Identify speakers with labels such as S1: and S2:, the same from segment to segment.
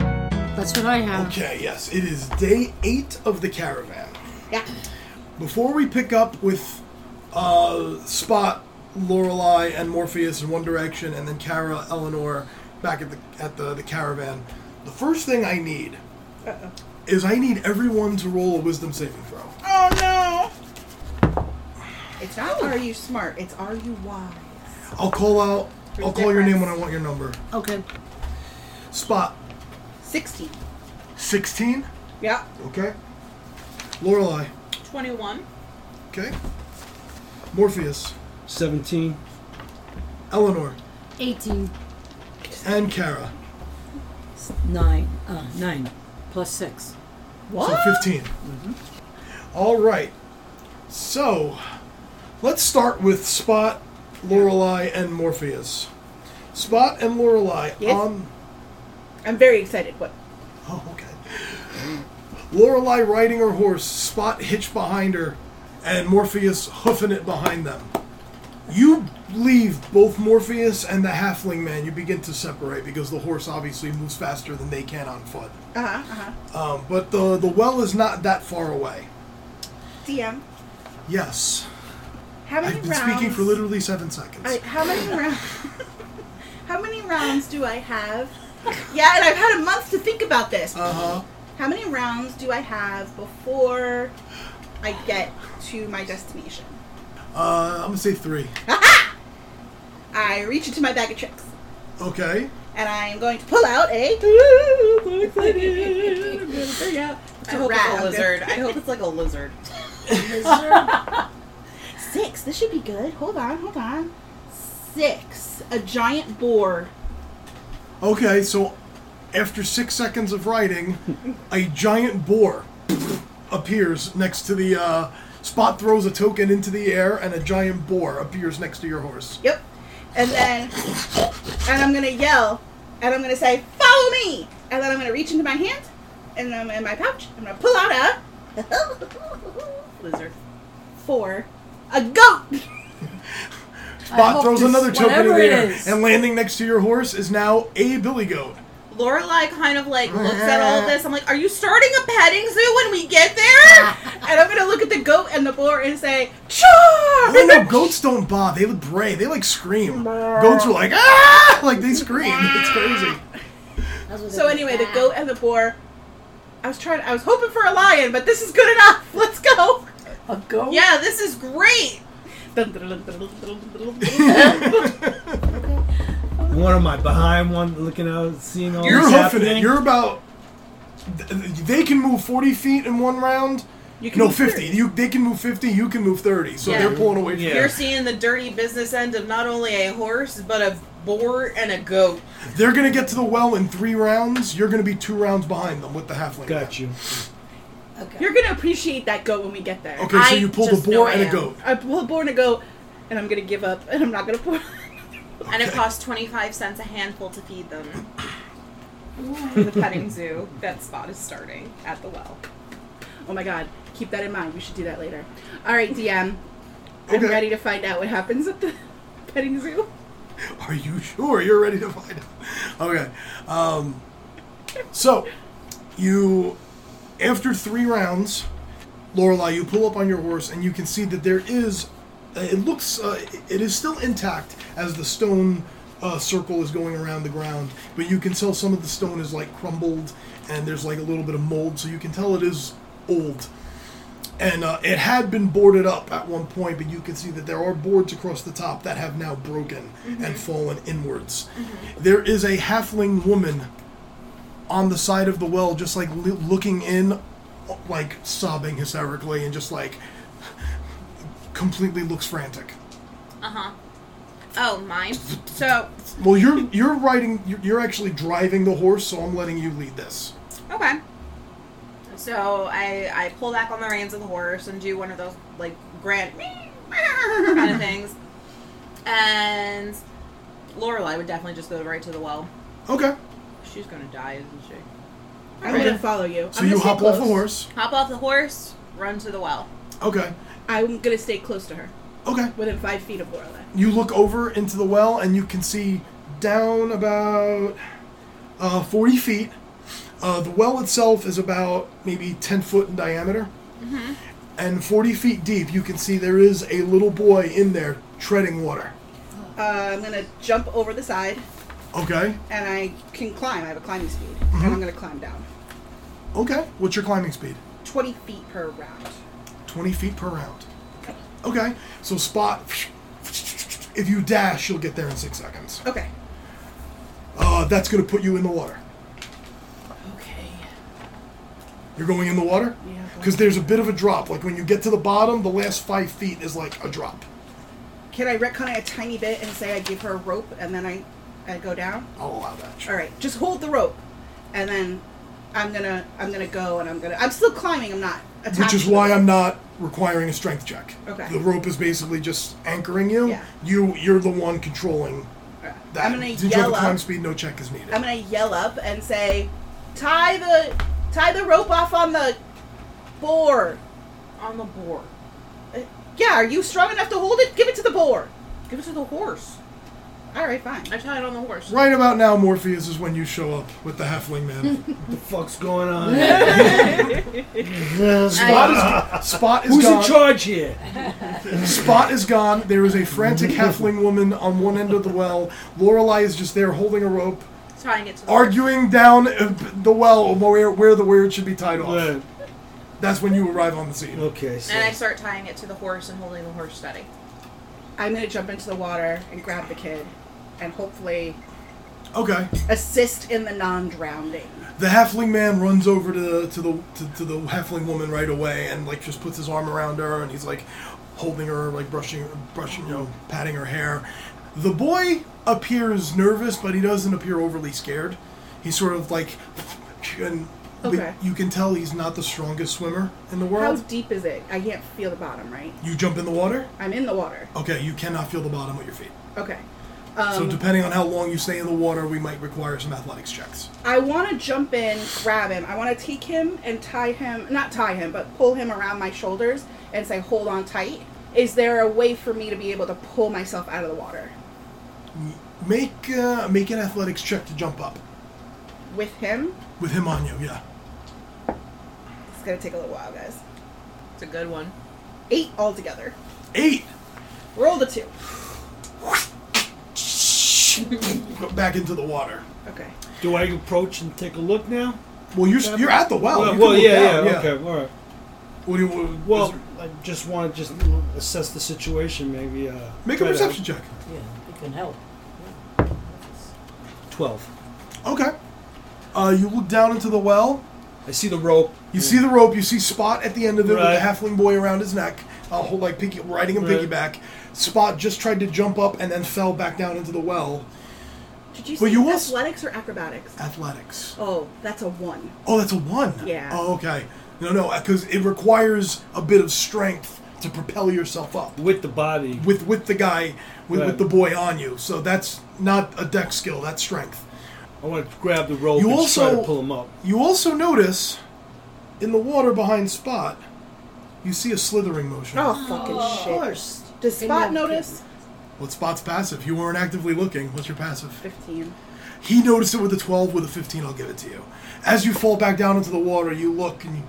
S1: That's what I have.
S2: Okay, yes, it is day eight of the caravan.
S1: Yeah.
S2: Before we pick up with uh, Spot, Lorelei, and Morpheus in One Direction, and then Kara, Eleanor back at the at the, the caravan, the first thing I need is I need everyone to roll a Wisdom saving throw.
S3: Oh no! It's not
S1: Oh.
S3: are you smart, it's are you wise.
S2: I'll call out. I'll call your name
S3: difference.
S2: when I want your number.
S1: Okay.
S2: Spot
S3: 16.
S2: sixteen.
S3: Yeah.
S2: Okay. Lorelei.
S4: 21.
S2: Okay. Morpheus,
S5: 17.
S2: Eleanor,
S1: 18.
S2: and Kara.
S6: It's Nine. Uh, nine. Plus six.
S2: So 15. All right. So, let's start with Spot, Lorelei, and Morpheus. Spot and Lorelei
S3: Yes.
S2: on.
S3: I'm very excited. What?
S2: Oh, okay. Lorelei riding her horse, Spot hitched behind her, and Morpheus hoofing it behind them. You leave both Morpheus and the halfling man. You begin to separate because the horse obviously moves faster than they can on foot.
S3: Uh huh, uh huh.
S2: Um, but the the well is not that far away.
S3: DM.
S2: Yes,
S3: How many
S2: I've been
S3: rounds?
S2: speaking for literally seven seconds.
S3: I, how many rounds? how many rounds do I have? Yeah, and I've had a month to think about this.
S2: uh huh.
S3: How many rounds do I have before I get to my destination?
S2: Uh, I'm gonna say three.
S3: I reach into my bag of tricks
S2: Okay.
S3: and I'm going to pull out a.
S4: I hope
S3: Rat.
S4: it's a lizard. I hope it's like a lizard.
S3: Six. This should be good. Hold on, hold on. Six. A giant boar.
S2: Okay. So, after six seconds of riding, a giant boar appears next to the. Uh, Spot throws a token into the air, and a giant boar appears next to your horse.
S3: Yep. And then, and I'm gonna yell, and I'm gonna say, "Follow me!" And then I'm gonna reach into my hand, and I'm in my pouch. I'm gonna pull out a
S4: Lizard.
S3: four, a goat.
S2: Spot
S6: hope
S2: throws
S6: this-
S2: another token in
S6: whatever
S2: the
S6: it
S2: air,
S6: is.
S2: and landing next to your horse is now a billy goat.
S4: Lorelai kind of like looks at all this. I'm like, are you starting a petting zoo when we get there?
S3: And I'm gonna look at the goat and the boar and say, "Charge!"
S2: Oh no, goats don't bob. They look bray. They like scream. Goats are like ah, like they scream. It's crazy.
S6: That's what
S3: So
S6: they-
S3: anyway, the goat and the boar. I was trying. I was hoping for a lion, but this is good enough. Let's go.
S6: A goat?
S4: yeah, this is great.
S5: What am I behind one, looking out, seeing all
S2: You're
S5: this
S2: hoofing
S5: happening?
S2: it. You're about. th- They can move forty feet in one round.
S3: You can
S2: No,
S3: move
S2: fifty.
S3: thirty.
S2: You they can move fifty. You can move thirty. So
S4: Yeah.
S2: they're pulling away. From
S5: Yeah.
S4: You're seeing the dirty business end of not only a horse, but a boar and a goat.
S2: They're gonna get to the well in three rounds. You're gonna be two rounds behind them with the halfling.
S5: Got you.
S6: Okay.
S3: You're gonna appreciate that goat when we get there.
S2: Okay,
S4: I
S2: so you pull the
S4: just know
S2: boar
S4: I
S2: and a
S4: am.
S2: goat.
S3: I pull the boar and a goat, and I'm gonna give up, and I'm not gonna pour.
S4: And it costs 25 cents a handful to feed them. the petting zoo that spot is starting at the well.
S3: Oh my god, keep that in mind. We should do that later. All right, DM. I'm
S2: Okay.
S3: ready to find out what happens at the petting zoo.
S2: Are you sure you're ready to find out? Okay. Um, so, you, after three rounds, Lorelai, you pull up on your horse and you can see that there is, it looks, uh, it is still intact as the stone uh, circle is going around the ground, but you can tell some of the stone is like crumbled and there's like a little bit of mold, so you can tell it is old. And uh, it had been boarded up at one point, but you can see that there are boards across the top that have now broken
S3: Mm-hmm.
S2: and fallen inwards. There is a halfling woman on the side of the well, just like li- looking in, like sobbing hysterically, and just like completely looks frantic.
S4: Uh huh. Oh, mine. So,
S2: Well, you're you're riding, you're, you're actually driving the horse, so I'm letting you lead this.
S4: Okay. So I I pull back on the reins of the horse and do one of those like grand kind of things, and Lorelai would definitely just go right to the well.
S2: Okay,
S4: She's gonna die, isn't she?
S3: I'm
S4: Right.
S3: gonna follow you.
S2: so
S3: I'm
S2: you
S3: gonna stay
S2: hop off the
S3: close.
S2: horse.
S4: Hop off the horse, run to the well.
S2: Okay,
S3: I'm gonna stay close to her,
S2: okay.
S3: within five feet of Lorelai.
S2: you look over into the well and you can see down about uh, 40 feet Uh, the well itself is about maybe 10 foot in diameter and 40 feet deep. You can see there is a little boy in there treading water.
S3: Uh, I'm gonna jump over the side,
S2: Okay.
S3: and I can climb. I have a climbing speed,
S2: Mm-hmm.
S3: and I'm gonna climb down.
S2: Okay. What's your climbing speed?
S3: 20 feet per round.
S2: 20 feet per round. Okay. So, spot. If you dash, you'll get there in six seconds.
S3: Okay.
S2: Uh, that's going to put you in the water.
S4: Okay.
S2: You're going in the water?
S3: Yeah.
S2: Because there's a bit of a drop. Like when you get to the bottom, the last five feet is like a drop.
S3: Can I retcon it a tiny bit and say I give her a rope and then I, I go down?
S2: I'll allow that. Sure.
S3: All right, just hold the rope, and then I'm gonna I'm gonna go and I'm gonna I'm still climbing. I'm not. Attached
S2: Which is
S3: to the
S2: why
S3: rope.
S2: I'm not requiring a strength check.
S3: Okay.
S2: The rope is basically just anchoring you.
S3: Yeah.
S2: You you're the one controlling
S3: All right.
S2: that.
S3: I'm gonna
S2: Since you have
S3: yell
S2: a climb
S3: up.
S2: speed, no check is needed.
S3: I'm gonna yell up and say, tie the tie the rope off on the board.
S4: On the board.
S3: Uh, yeah, are you strong enough to hold it? Give it to the board.
S4: Give it to the horse.
S3: All right, fine.
S4: I tied it on the horse.
S2: Right about now, Morpheus is when you show up with the halfling man.
S5: What the fuck's going on?
S2: Spot is, Spot is
S5: Who's
S2: gone.
S5: in charge here?
S2: Spot is gone. There is a frantic halfling woman on one end of the well. Lorelei is just there holding a rope,
S4: Tying it to the
S2: arguing down uh, the well where, where the where it should be tied off.
S5: Well,
S2: That's when you arrive on the scene.
S5: okay,
S4: horse. And I
S5: so
S4: start tying it to the horse and holding the horse steady.
S3: I'm gonna jump into the water and grab the kid, and hopefully
S2: Okay.
S3: assist in the non-drowning.
S2: The halfling man runs over to to the to, to the halfling woman right away and like just puts his arm around her and he's like holding her like brushing brushing you know patting her hair. The boy appears nervous, but he doesn't appear overly scared. He's sort of like and but
S3: Okay.
S2: you can tell he's not the strongest swimmer in the
S3: How
S2: world.
S3: deep is it? I can't feel the bottom, right?
S2: you jump in the water.
S3: I'm in the water.
S2: Okay, you cannot feel the bottom with your feet.
S3: Okay.
S2: so
S3: Um,
S2: depending on how long you stay in the water, we might require some athletics checks.
S3: I want to jump in, grab him. I want to take him and tie him, not tie him, but pull him around my shoulders and say, hold on tight. Is there a way for me to be able to pull myself out of the water
S2: Make uh, make an athletics check to jump up
S3: with him?
S2: with him on you. Yeah.
S3: It's going to take a little while, guys.
S4: It's a good one.
S3: Eight altogether.
S2: Eight.
S3: Roll the two.
S2: Go back into the water.
S3: Okay.
S5: do I approach and take a look now?
S2: Well, you're you're at the well. Oh, You
S5: well,
S2: can
S5: well,
S2: look
S5: yeah,
S2: down,
S5: yeah, okay, all right.
S2: What do you? What,
S5: Well,
S2: well,
S5: I just want to just assess the situation. Maybe uh,
S2: make a
S5: try to-
S2: perception check.
S6: Yeah, it can help.
S5: Twelve.
S2: Okay. Uh, you look down into the well.
S5: I see the rope.
S2: You see the rope. You see Spot at the end of it
S5: Hmm. Right.
S2: with the halfling boy around his neck, uh, hold like piggy, riding him
S5: Right.
S2: piggyback. Spot just tried to jump up and then fell back down into the well.
S3: Did you
S2: Well,
S3: say
S2: you also-
S3: athletics or acrobatics?
S2: Athletics.
S3: Oh, that's a one.
S2: Oh, that's a one.
S3: Yeah.
S2: Oh, okay. No, no, because it requires a bit of strength to propel yourself up.
S5: with the body.
S2: with with the guy with, with
S5: Right.
S2: the boy on you. So that's not a deck skill. That's strength.
S5: I want to grab the rope
S2: You
S5: and try
S2: also-
S5: to pull him up.
S2: You also notice in the water behind Spot, you see a slithering motion.
S3: Oh, fucking shit. Does Spot notice?
S2: Well, Spot's passive. You weren't actively looking. What's your passive?
S3: 15.
S2: He noticed it with a 12. With a 15, I'll give it to you. As you fall back down into the water, you look and you,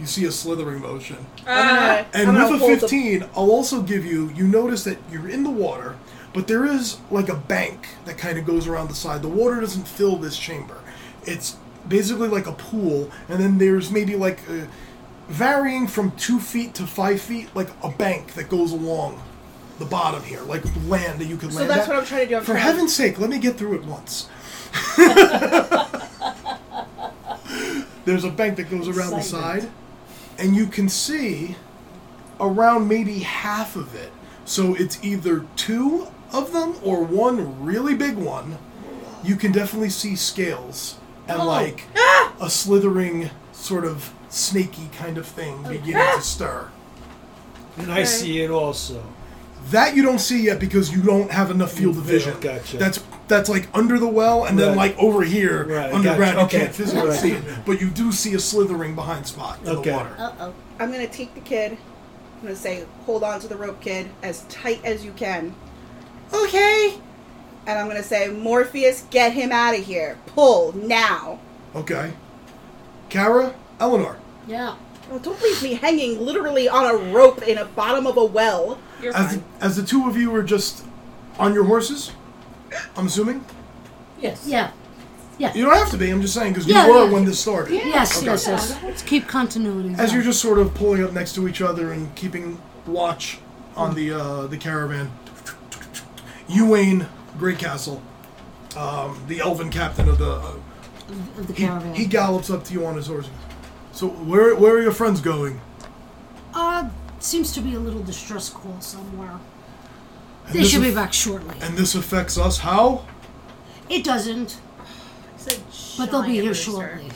S2: you see a slithering motion.
S3: I'm gonna,
S2: And
S3: I'm gonna
S2: with a
S3: hold the-
S2: 15, I'll also give you, you notice that you're in the water, but there is like a bank that kind of goes around the side. The water doesn't fill this chamber. It's basically like a pool, and then there's maybe like uh varying from two feet to five feet, like a bank that goes along the bottom here, like land that you could
S3: So
S2: land
S3: that's
S2: at.
S3: what I'm trying to do. I'm
S2: For
S3: trying-
S2: heaven's sake, let me get through it once. There's a bank that goes around the
S6: Excitement.
S2: side, and you can see around maybe half of it. So it's either two of them or one really big one. You can definitely see scales
S3: Oh.
S2: and like a slithering sort of snaky kind of thing
S6: Oh.
S2: beginning to stir.
S5: And I see it also.
S2: That you don't see yet because you don't have enough field of
S5: Yeah,
S2: vision.
S5: gotcha.
S2: That's that's like under the well and then
S5: Right.
S2: like over here
S5: Right,
S2: underground.
S5: gotcha.
S2: You
S5: Okay.
S2: can't physically
S5: Right.
S2: see it, but you do see a slithering behind spot in
S5: Okay.
S2: the water.
S6: Uh oh.
S3: I'm gonna take the kid. I'm gonna say, hold on to the rope, kid, as tight as you can. Okay. And I'm gonna say, Morpheus, get him out of here. Pull now.
S6: Oh.
S2: Okay. Kara, Eleanor.
S6: Yeah.
S3: Oh, don't leave me hanging literally on a rope in a bottom of a well.
S4: You're
S2: As the,
S4: fine.
S2: as the two of you are just on your horses, I'm assuming.
S6: Yes. Yeah.
S2: You don't have to be. I'm just saying because
S6: Yeah,
S2: you were
S6: yeah.
S2: when this started.
S6: Yes,
S2: Okay.
S6: yes, yes. Let's keep continuity. yeah.
S2: As you're just sort of pulling up next to each other and keeping watch on the uh, the caravan, Ewain Greycastle, um, the elven captain of the, uh,
S6: of the
S2: he,
S6: caravan.
S2: he gallops up to you on his horse. So where where are your friends going?
S6: uh, seems to be a little distress call somewhere.
S2: And
S6: They
S2: this
S6: should be
S2: aff-
S6: back shortly.
S2: And this affects us how?
S6: It doesn't,
S4: It's a
S6: but they'll be
S4: giant
S6: here
S4: rooster.
S6: shortly.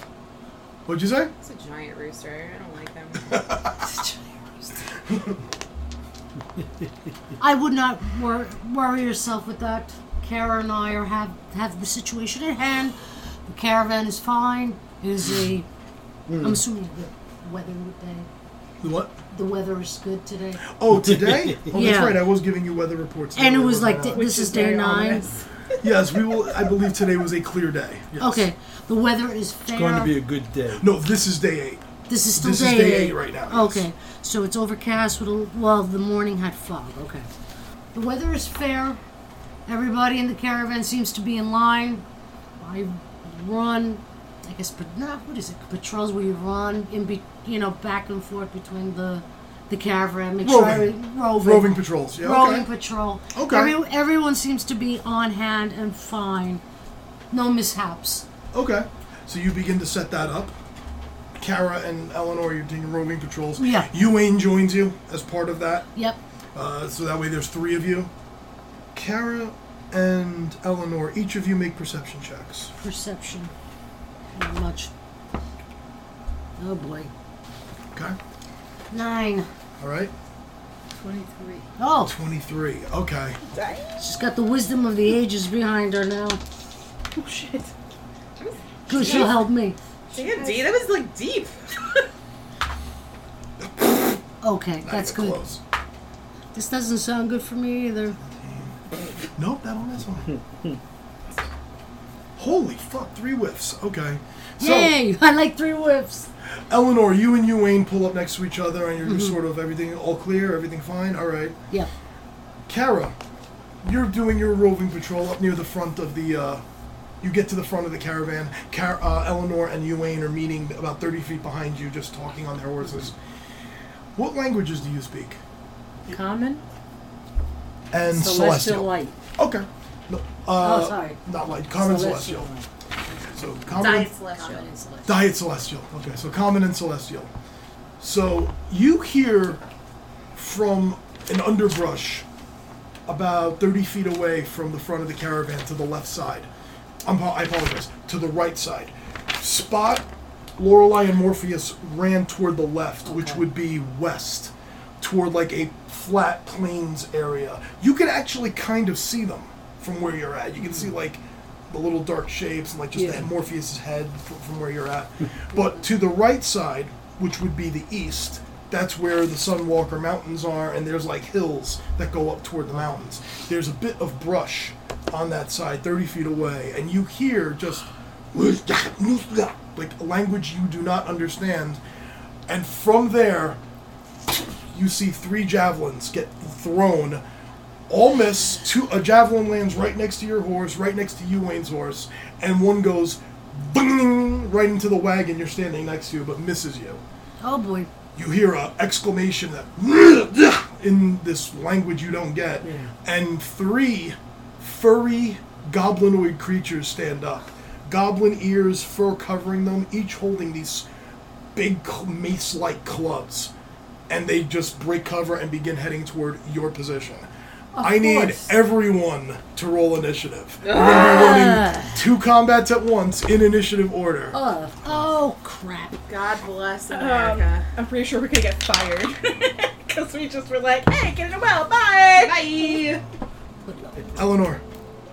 S2: What'd you say?
S4: It's a giant rooster. I don't like them.
S6: I would not wor- worry yourself with that. Kara and I are have have the situation at hand. The caravan is fine. It is a. am assuming the weather would day.
S2: The What?
S6: The weather is good today.
S2: Oh, today? Oh, that's
S6: Yeah.
S2: right. I was giving you weather reports.
S6: And it
S2: today,
S6: was like
S2: wasn't I?
S6: this is day
S3: very
S6: nine.
S3: ominous.
S2: yes, we will. I believe today was a clear day. Yes.
S6: Okay, the weather is fair.
S5: It's going to be a good day.
S2: No, this is day eight.
S6: this is still
S2: this is
S6: day,
S2: day eight right now, yes.
S6: Okay, so it's overcast with a l- well, the morning had fog. Okay, the weather is fair. Everybody in the caravan seems to be in line. I run, I guess, but not what is it? Patrols where you run in, be, you know, back and forth between the the caravan. Make sure every,
S2: Roving.
S6: roving,
S2: Roving patrols. Yeah.
S6: Rolling
S2: okay.
S6: patrol.
S2: Okay.
S6: Every, everyone seems to be on hand and fine. No mishaps.
S2: Okay. So you begin to set that up. Kara and Eleanor, you're doing roving patrols.
S6: Yeah.
S2: Ewain joins you as part of that.
S6: Yep.
S2: Uh, so that way there's three of you. Kara and Eleanor, each of you make perception checks.
S6: Perception. Not much. Oh boy.
S2: Okay.
S6: Nine.
S2: All right.
S6: 23. Oh,
S2: 23. Okay.
S3: Dang.
S6: she's got the wisdom of the ages behind her now.
S3: Oh shit.
S6: Good, she'll help me.
S4: Damn, D, that was like deep.
S6: Okay,
S2: Not
S6: that's
S2: even
S6: good.
S2: Close.
S6: This doesn't sound good for me either.
S2: Nope, that one is one. Holy fuck, three whiffs. Okay. So,
S6: Yay! I like three whiffs.
S2: Eleanor, you and Ewain pull up next to each other and you're just
S6: Mm-hmm.
S2: sort of everything all clear, everything fine. All right.
S6: Yep.
S2: Kara, you're doing your roving patrol up near the front of the. Uh, you get to the front of the caravan. Car- uh, Eleanor and Ewain are meeting about 30 feet behind you, just talking on their horses. What languages do you speak?
S1: Common?
S2: And
S1: Celestial
S2: Celestial.
S1: light.
S2: Okay. No, uh,
S6: Oh, sorry.
S2: Not light. Common
S6: Celestial
S2: Celestial.
S6: light.
S2: So common.
S4: Diet celestial.
S6: Common and celestial.
S2: Diet celestial. Okay, so common and celestial. So you hear from an underbrush about 30 feet away from the front of the caravan to the left side. I'm, I apologize, to the right side. Spot, Lorelei, and Morpheus ran toward the left, which would be west, toward like a flat plains area. You can actually kind of see them from where you're at. You can see like the little dark shapes and like just the
S6: Yeah.
S2: Morpheus's head from, from where you're at. but to the right side, which would be the east, that's where the Sunwalker Mountains are, and there's like hills that go up toward the mountains. There's a bit of brush on that side, 30 feet away, and you hear just like a language you do not understand. And from there, you see three javelins get thrown. All miss. Two a javelin lands right next to your horse, right next to Ewain's horse, and one goes bing right into the wagon you're standing next to, but misses you.
S6: Oh boy.
S2: You hear a exclamation that in this language you don't get, and three furry goblinoid creatures stand up. Goblin ears, fur covering them, each holding these big cl- mace-like clubs, and they just break cover and begin heading toward your position. I need
S6: course. Ah!
S2: everyone to roll initiative. We're gonna be rolling two combats at once in initiative order.
S6: Uh, oh crap.
S4: God bless
S3: Um,
S4: America.
S3: I'm pretty sure we're gonna get fired because we just were like, "Hey, get in a well, bye."
S4: Bye.
S2: Eleanor,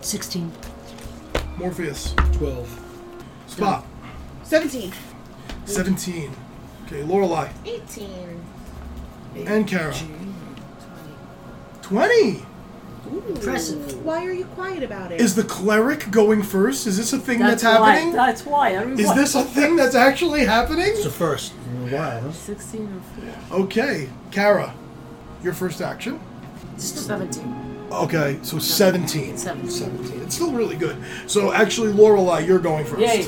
S6: 16.
S2: Morpheus,
S5: 12.
S2: Spot,
S3: Seventeen.
S2: 17. Okay, Lorelei
S4: 18.
S2: and Kara. 20!
S6: Impressive.
S3: Why are you quiet about it?
S2: Is the cleric going first? Is this a thing that's,
S1: why.
S2: happening?
S1: That's why. I mean,
S2: Is
S1: what?
S2: this a thing that's actually happening?
S5: It's the first in a while. Huh?
S1: 16 or four?
S2: Okay, Kara, your first action.
S1: 17.
S2: Okay, so 17.
S6: Seventeen.
S2: 17. It's still really good. So actually, Lorelei, you're going first.
S1: Yay.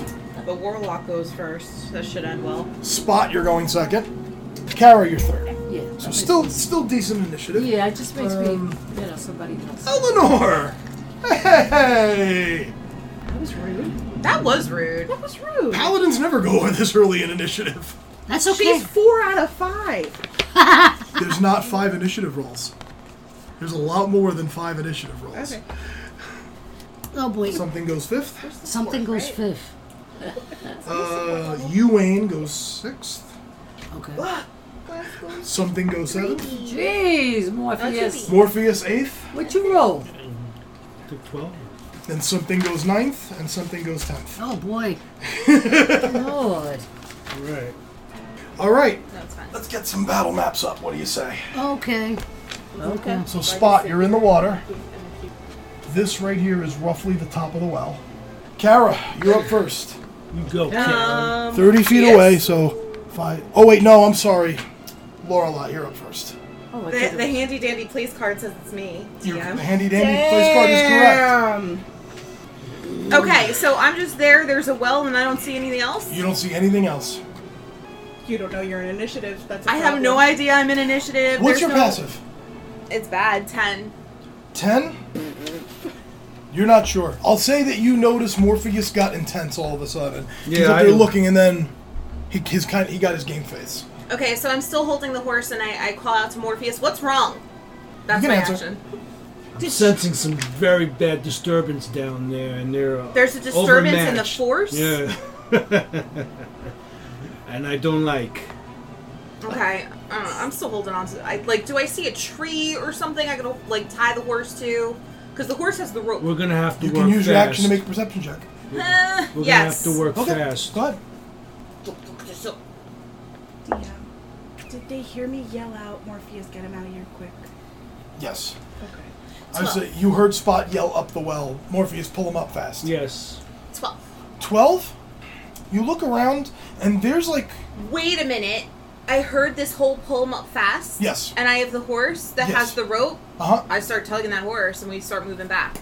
S4: The warlock goes first. That should end well.
S2: Spot, you're going second. Kara, you're third.
S1: Yeah. that
S2: So
S1: makes
S2: still,
S1: sense.
S2: still decent initiative.
S1: Yeah, it just makes me, you know, somebody else.
S2: Eleanor, hey,
S3: that was rude.
S4: That was rude.
S3: That was rude.
S2: paladins never go this early in initiative.
S6: That's okay.
S3: She's four out of five.
S2: There's not five initiative rolls. There's a lot more than five initiative rolls.
S3: Okay.
S6: oh boy.
S2: Something goes fifth.
S6: Something goes fifth.
S2: Uh, Ewain goes sixth.
S6: Okay.
S2: Something goes seventh.
S1: Jeez, Morpheus.
S2: Morpheus eighth.
S1: What you roll?
S5: Took 12.
S2: Then something goes ninth, and something goes tenth.
S6: Oh boy. Lord.
S5: Right.
S2: All right,
S4: No, it's fine.
S2: let's get some battle maps up. What do you say?
S6: Okay. Okay.
S2: So, Spot, you're in the water. This right here is roughly the top of the well. Kara, you're up first.
S5: You
S4: Uh,
S5: go, Karen.
S2: 30 feet
S4: yes.
S2: away, so five. Oh, wait, no, I'm sorry. Lorelai, you're up first.
S1: Oh, my
S4: The, the
S1: goodness.
S4: handy dandy police card says it's me.
S2: Your
S4: Yeah.
S2: handy dandy place card is correct.
S3: Um,
S4: Okay, so I'm just there. There's a well, and I don't see anything else.
S2: You don't see anything else.
S3: you don't know you're an initiative. That's. a
S4: I have
S3: problem.
S4: no idea. I'm in initiative.
S2: What's
S4: There's
S2: your
S4: no-
S2: passive?
S4: It's bad. Ten.
S2: 10? You're not sure. I'll say that you notice Morpheus got intense all of a sudden. He's
S5: Yeah,
S2: up
S5: I
S2: there
S5: am.
S2: looking, and then he, his kind he got his game face.
S4: Okay, so I'm still holding the horse, and I, I call out to Morpheus. What's wrong? That's
S2: You can
S4: my
S2: answer.
S4: action.
S5: I'm sensing some very bad disturbance down there, and they're uh,
S4: There's a disturbance in the
S5: overmatched.
S4: force?
S5: Yeah, and I don't like.
S4: Okay, I don't know. I'm still holding on to. I like. Do I see a tree or something I could like tie the horse to? Because the horse has the rope.
S5: We're gonna have to
S2: You
S5: work
S2: can use
S5: fast.
S2: your action to make a perception check.
S4: Eh,
S5: We're gonna
S4: yes.
S5: have to work
S2: Okay,
S5: fast.
S2: go ahead.
S3: DM. Did they hear me yell out, Morpheus, get him out of here quick?
S2: Yes.
S3: Okay.
S2: I say you heard Spot yell up the well. Morpheus, pull him up fast.
S5: Yes.
S4: Twelve.
S2: 12? You look around, and there's like.
S4: Wait a minute. I heard this whole pull 'em up fast.
S2: Yes.
S4: And I have the horse that
S2: Yes.
S4: has the rope.
S2: Uh huh.
S4: I start tugging that horse, and we start moving back.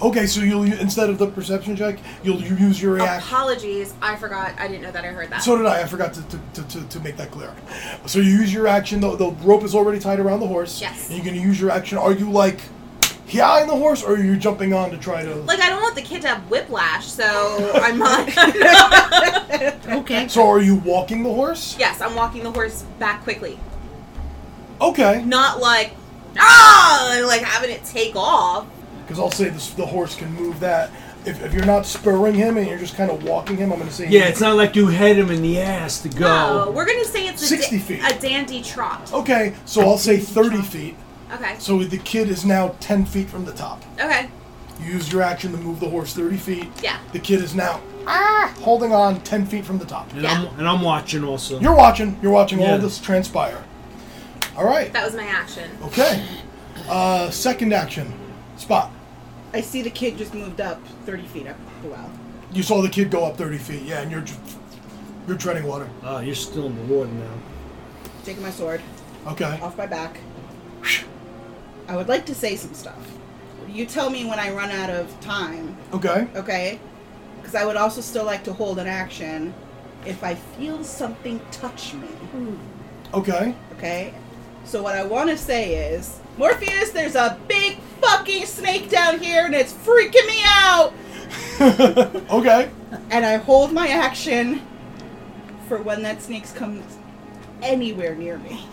S2: Okay, so you'll u- instead of the perception check, you'll you use
S4: Oh,
S2: your reaction.
S4: Apologies, I forgot. I didn't know that I heard that.
S2: So did I. I forgot to, to, to, to, to make that clear. So you use your action. The, the rope is already tied around the horse.
S4: Yes.
S2: And you're going to use your action. Are you like yeah in the horse, or are you jumping on to try to?
S4: like I don't want the kid to have whiplash, so I'm not.
S6: Okay.
S2: so are you walking the horse?
S4: yes, I'm walking the horse back quickly.
S2: Okay.
S4: Not like ah, and like having it take off.
S2: Because I'll say this, the horse can move that. If, if you're not spurring him and you're just kind of walking him, I'm going to say
S5: Yeah, it's not like you hit him in the ass to
S4: No,
S5: go.
S4: we're gonna say it's a,
S2: 60
S4: da-
S2: feet.
S4: a dandy trot.
S2: Okay, so I'll say 30 feet.
S4: Okay.
S2: So the kid is now 10 feet from the top.
S4: Okay.
S2: You used your action to move the horse 30 feet.
S4: Yeah.
S2: The kid is now holding on 10 feet from the top.
S5: and
S4: yeah.
S5: I'm and I'm watching also.
S2: You're watching. You're watching all
S5: Yeah.
S2: this transpire. All right.
S4: That was my action.
S2: Okay. Uh, second action. Spot.
S3: I see the kid just moved up 30 feet up the well.
S2: You saw the kid go up 30 feet. Yeah, and you're tr- you're treading water.
S5: Ah, you're still in the water now.
S3: Taking my sword
S2: Okay.
S3: off my back. I would like to say some stuff. You tell me when I run out of time,
S2: Okay.
S3: okay? Because I would also still like to hold an action if I feel something touch me,
S2: Okay.
S3: okay? So what I want to say is, Morpheus, there's a big fucking snake down here and it's freaking me out.
S2: okay.
S3: and I hold my action for when that snakes comes anywhere near me.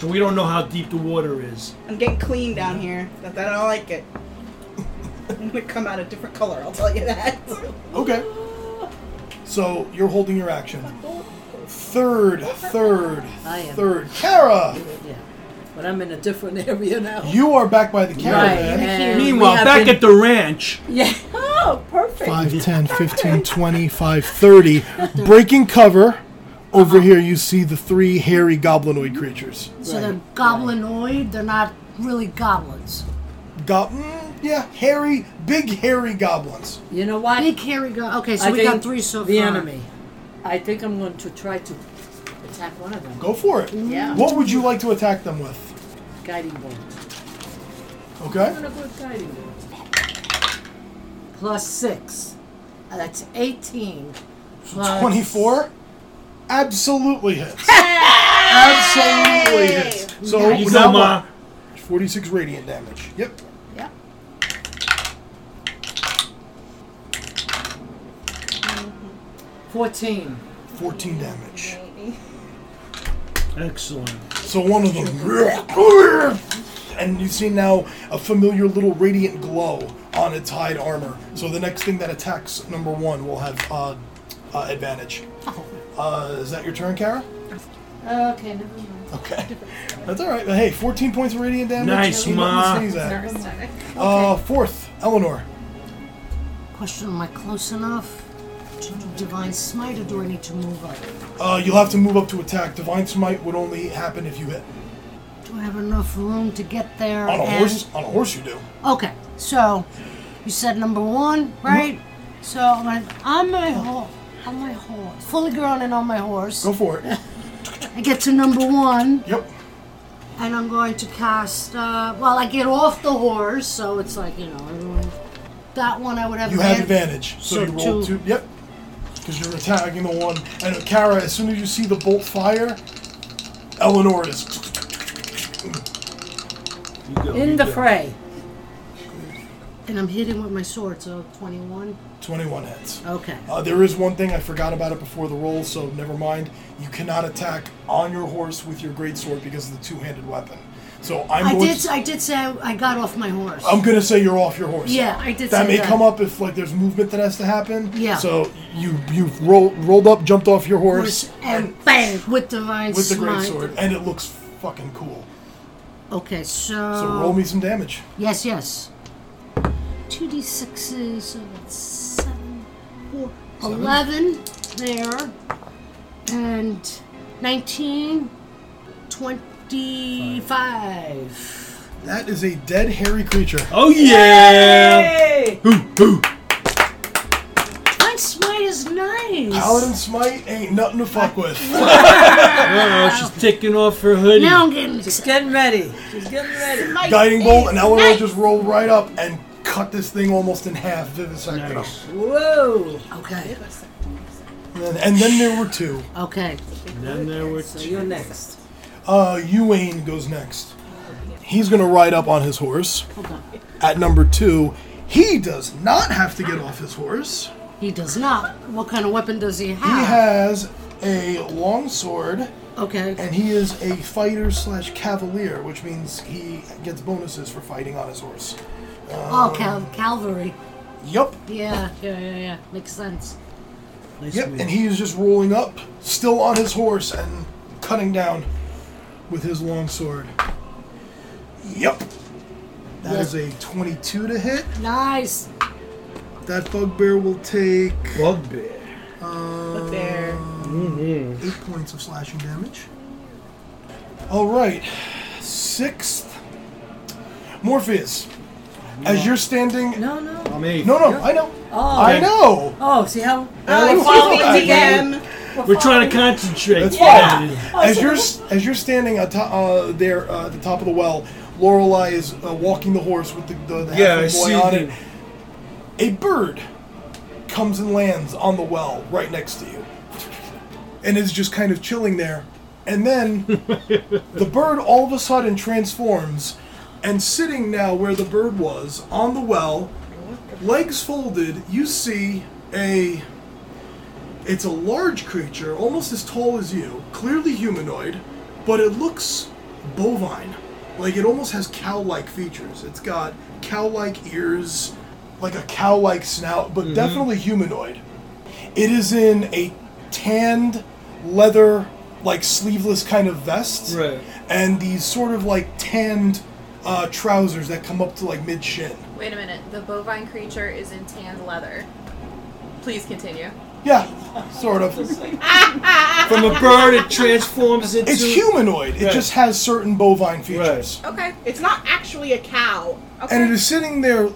S5: So we don't know how deep the water is.
S3: I'm getting clean down here. That I don't like it. I'm gonna come out a different color. I'll tell you that.
S2: Okay. So you're holding your action. Third, third,
S1: I am.
S2: third. Kara,
S1: Yeah. But I'm in a different area now.
S2: you are back by the caravan.
S1: and we
S5: Meanwhile,
S1: have
S5: back
S1: been-
S5: at the ranch.
S1: Yeah. Oh, perfect.
S2: 5, 10, 15, 20, 5, 30. Breaking cover. Over here, you see the three hairy goblinoid creatures.
S6: So they're goblinoid. They're not really goblins.
S2: Go- mm, yeah, hairy, big hairy goblins.
S1: You know what?
S6: Big hairy guy. Okay, so
S1: I
S6: we
S1: think
S6: got three so
S1: the
S6: far.
S1: enemy. I think I'm going to try to attack one of them.
S2: Go for it.
S1: Yeah.
S2: What would you like to attack them with?
S1: Guiding bolt.
S2: Okay.
S1: I'm gonna go with guiding bolt. Plus six. Uh, That's eighteen. Plus
S2: 24 absolutely hits. absolutely hits. So
S5: He's
S2: now
S5: on my-
S2: what? 46 radiant damage. Yep.
S1: Yep. Fourteen.
S2: 14 damage.
S5: Excellent.
S2: So one of them. And you see now a familiar little radiant glow on its hide armor. So the next thing that attacks number one will have uh, uh, advantage. Uh, is that your turn, Kara?
S6: Okay, never mind.
S2: Okay. That's all right. Hey, 14 points of radiant damage.
S5: Nice,
S2: Ain't nothing to
S5: Ma.
S2: sneeze at.
S4: Nervous stomach.
S2: Uh, fourth, Eleanor.
S6: Question: Am I close enough to do divine smite, or do I need to move up?
S2: Uh, you'll have to move up to attack. Divine Smite would only happen if you hit.
S6: Do I have enough room to get there?
S2: On a
S6: and-
S2: horse, on a horse you do.
S6: Okay, so you said number one, right? So I'm gonna, on my horse, on my horse, fully grown and on my horse,
S2: Go for it.
S6: I get to number one,
S2: Yep.
S6: and I'm going to cast. Uh, well, I get off the horse, so it's like you know, everyone. That one I would have.
S2: You have
S6: advan-
S2: advantage. So,
S6: So
S2: you roll two.
S6: two.
S2: Yep. Because you're attacking the one. And uh, Kara, as soon as you see the bolt fire, Eleanor is.
S5: You go,
S1: In
S5: you
S1: the
S5: go.
S1: fray.
S6: and I'm hitting with my sword, so 21.
S2: 21 hits.
S6: Okay.
S2: Uh, there is one thing I forgot about it before the roll, so never mind. You cannot attack on your horse with your greatsword because of the two-handed weapon. So I'm
S6: I
S2: going.
S6: did.
S2: to,
S6: I did say I I got off my horse.
S2: I'm gonna say you're off your horse.
S6: Yeah, I did
S2: That
S6: say
S2: may
S6: that.
S2: come up if like there's movement that has to happen.
S6: Yeah.
S2: So you you roll, rolled up, jumped off your horse,
S6: Horse and bang with divine
S2: with the
S6: smite.
S2: greatsword, and it looks fucking cool.
S6: Okay, so.
S2: So roll me some damage.
S6: Yes, yes. Two d sixes, so that's seven, four, eleven there, and nineteen, twenty-five.
S2: That is a dead hairy creature.
S5: Oh yeah!
S1: Hey!
S6: My smite is nice.
S2: Paladin smite ain't nothing to fuck with.
S5: Oh, she's taking off her hoodie.
S6: Now I'm getting excited.
S1: Getting ready. She's getting ready.
S2: Guiding bolt, and Eleanor just rolled right up and cut this thing almost in half, vivisected him.
S5: Nice.
S1: Whoa.
S6: Okay.
S2: And, and then there were two.
S6: Okay.
S5: And then there were
S1: So
S5: two.
S1: you're next.
S2: Uh, Uwain goes next. He's gonna ride up on his horse.
S6: Okay.
S2: At number two, he does not have to get off his horse.
S6: He does not. What kind of weapon does he
S2: He
S6: have?
S2: has a long sword,
S6: okay.
S2: and he is a fighter slash cavalier, which means he gets bonuses for fighting on his horse.
S6: Oh, cal- cavalry.
S2: Yup.
S6: Yeah, yeah, yeah, yeah. Makes sense.
S5: Nice
S2: Yep.
S5: move.
S2: And he is just rolling up, still on his horse, and cutting down with his long sword. Yup. That
S6: Yep.
S2: is a 22 to hit.
S6: Nice.
S2: That bugbear will take
S5: Bugbear.
S3: Look there. Uh,
S5: Mm-hmm.
S2: eight points of slashing damage. All right, sixth, Morpheus. As you're standing, no,
S1: No, no.
S5: I'm eight.
S2: no, I know,
S1: Oh.
S2: I know.
S1: Oh, see how?
S2: I know.
S3: Follow me,
S2: I know.
S3: DM.
S5: We're trying to concentrate.
S2: That's
S5: Yeah.
S2: fine. As you're s- as you're standing atop, uh, there uh, at the top of the well, Lorelei is uh, walking the horse with the, the, the
S5: Yeah,
S2: halfling
S5: I
S2: boy
S5: see.
S2: on
S5: The,
S2: it. A bird comes and lands on the well right next to you, and is just kind of chilling there. And then the bird all of a sudden transforms, and sitting now where the bird was on the well, legs folded, you see a it's a large creature, almost as tall as you, clearly humanoid, but it looks bovine. Like it almost has cow like features. It's got cow like ears, like a cow like snout, but definitely humanoid. It is in a tanned leather, like sleeveless kind of vest,
S5: Right.
S2: and these sort of like tanned uh, trousers that come up to like mid shin.
S7: Wait a minute. The bovine creature is in tanned leather. Please continue.
S2: Yeah, sort of.
S5: From a bird, it transforms into.
S2: It's humanoid. It
S5: Right.
S2: just has certain bovine features.
S4: Okay.
S3: It's not actually a cow. Uh,
S4: Okay.
S2: And it is sitting there,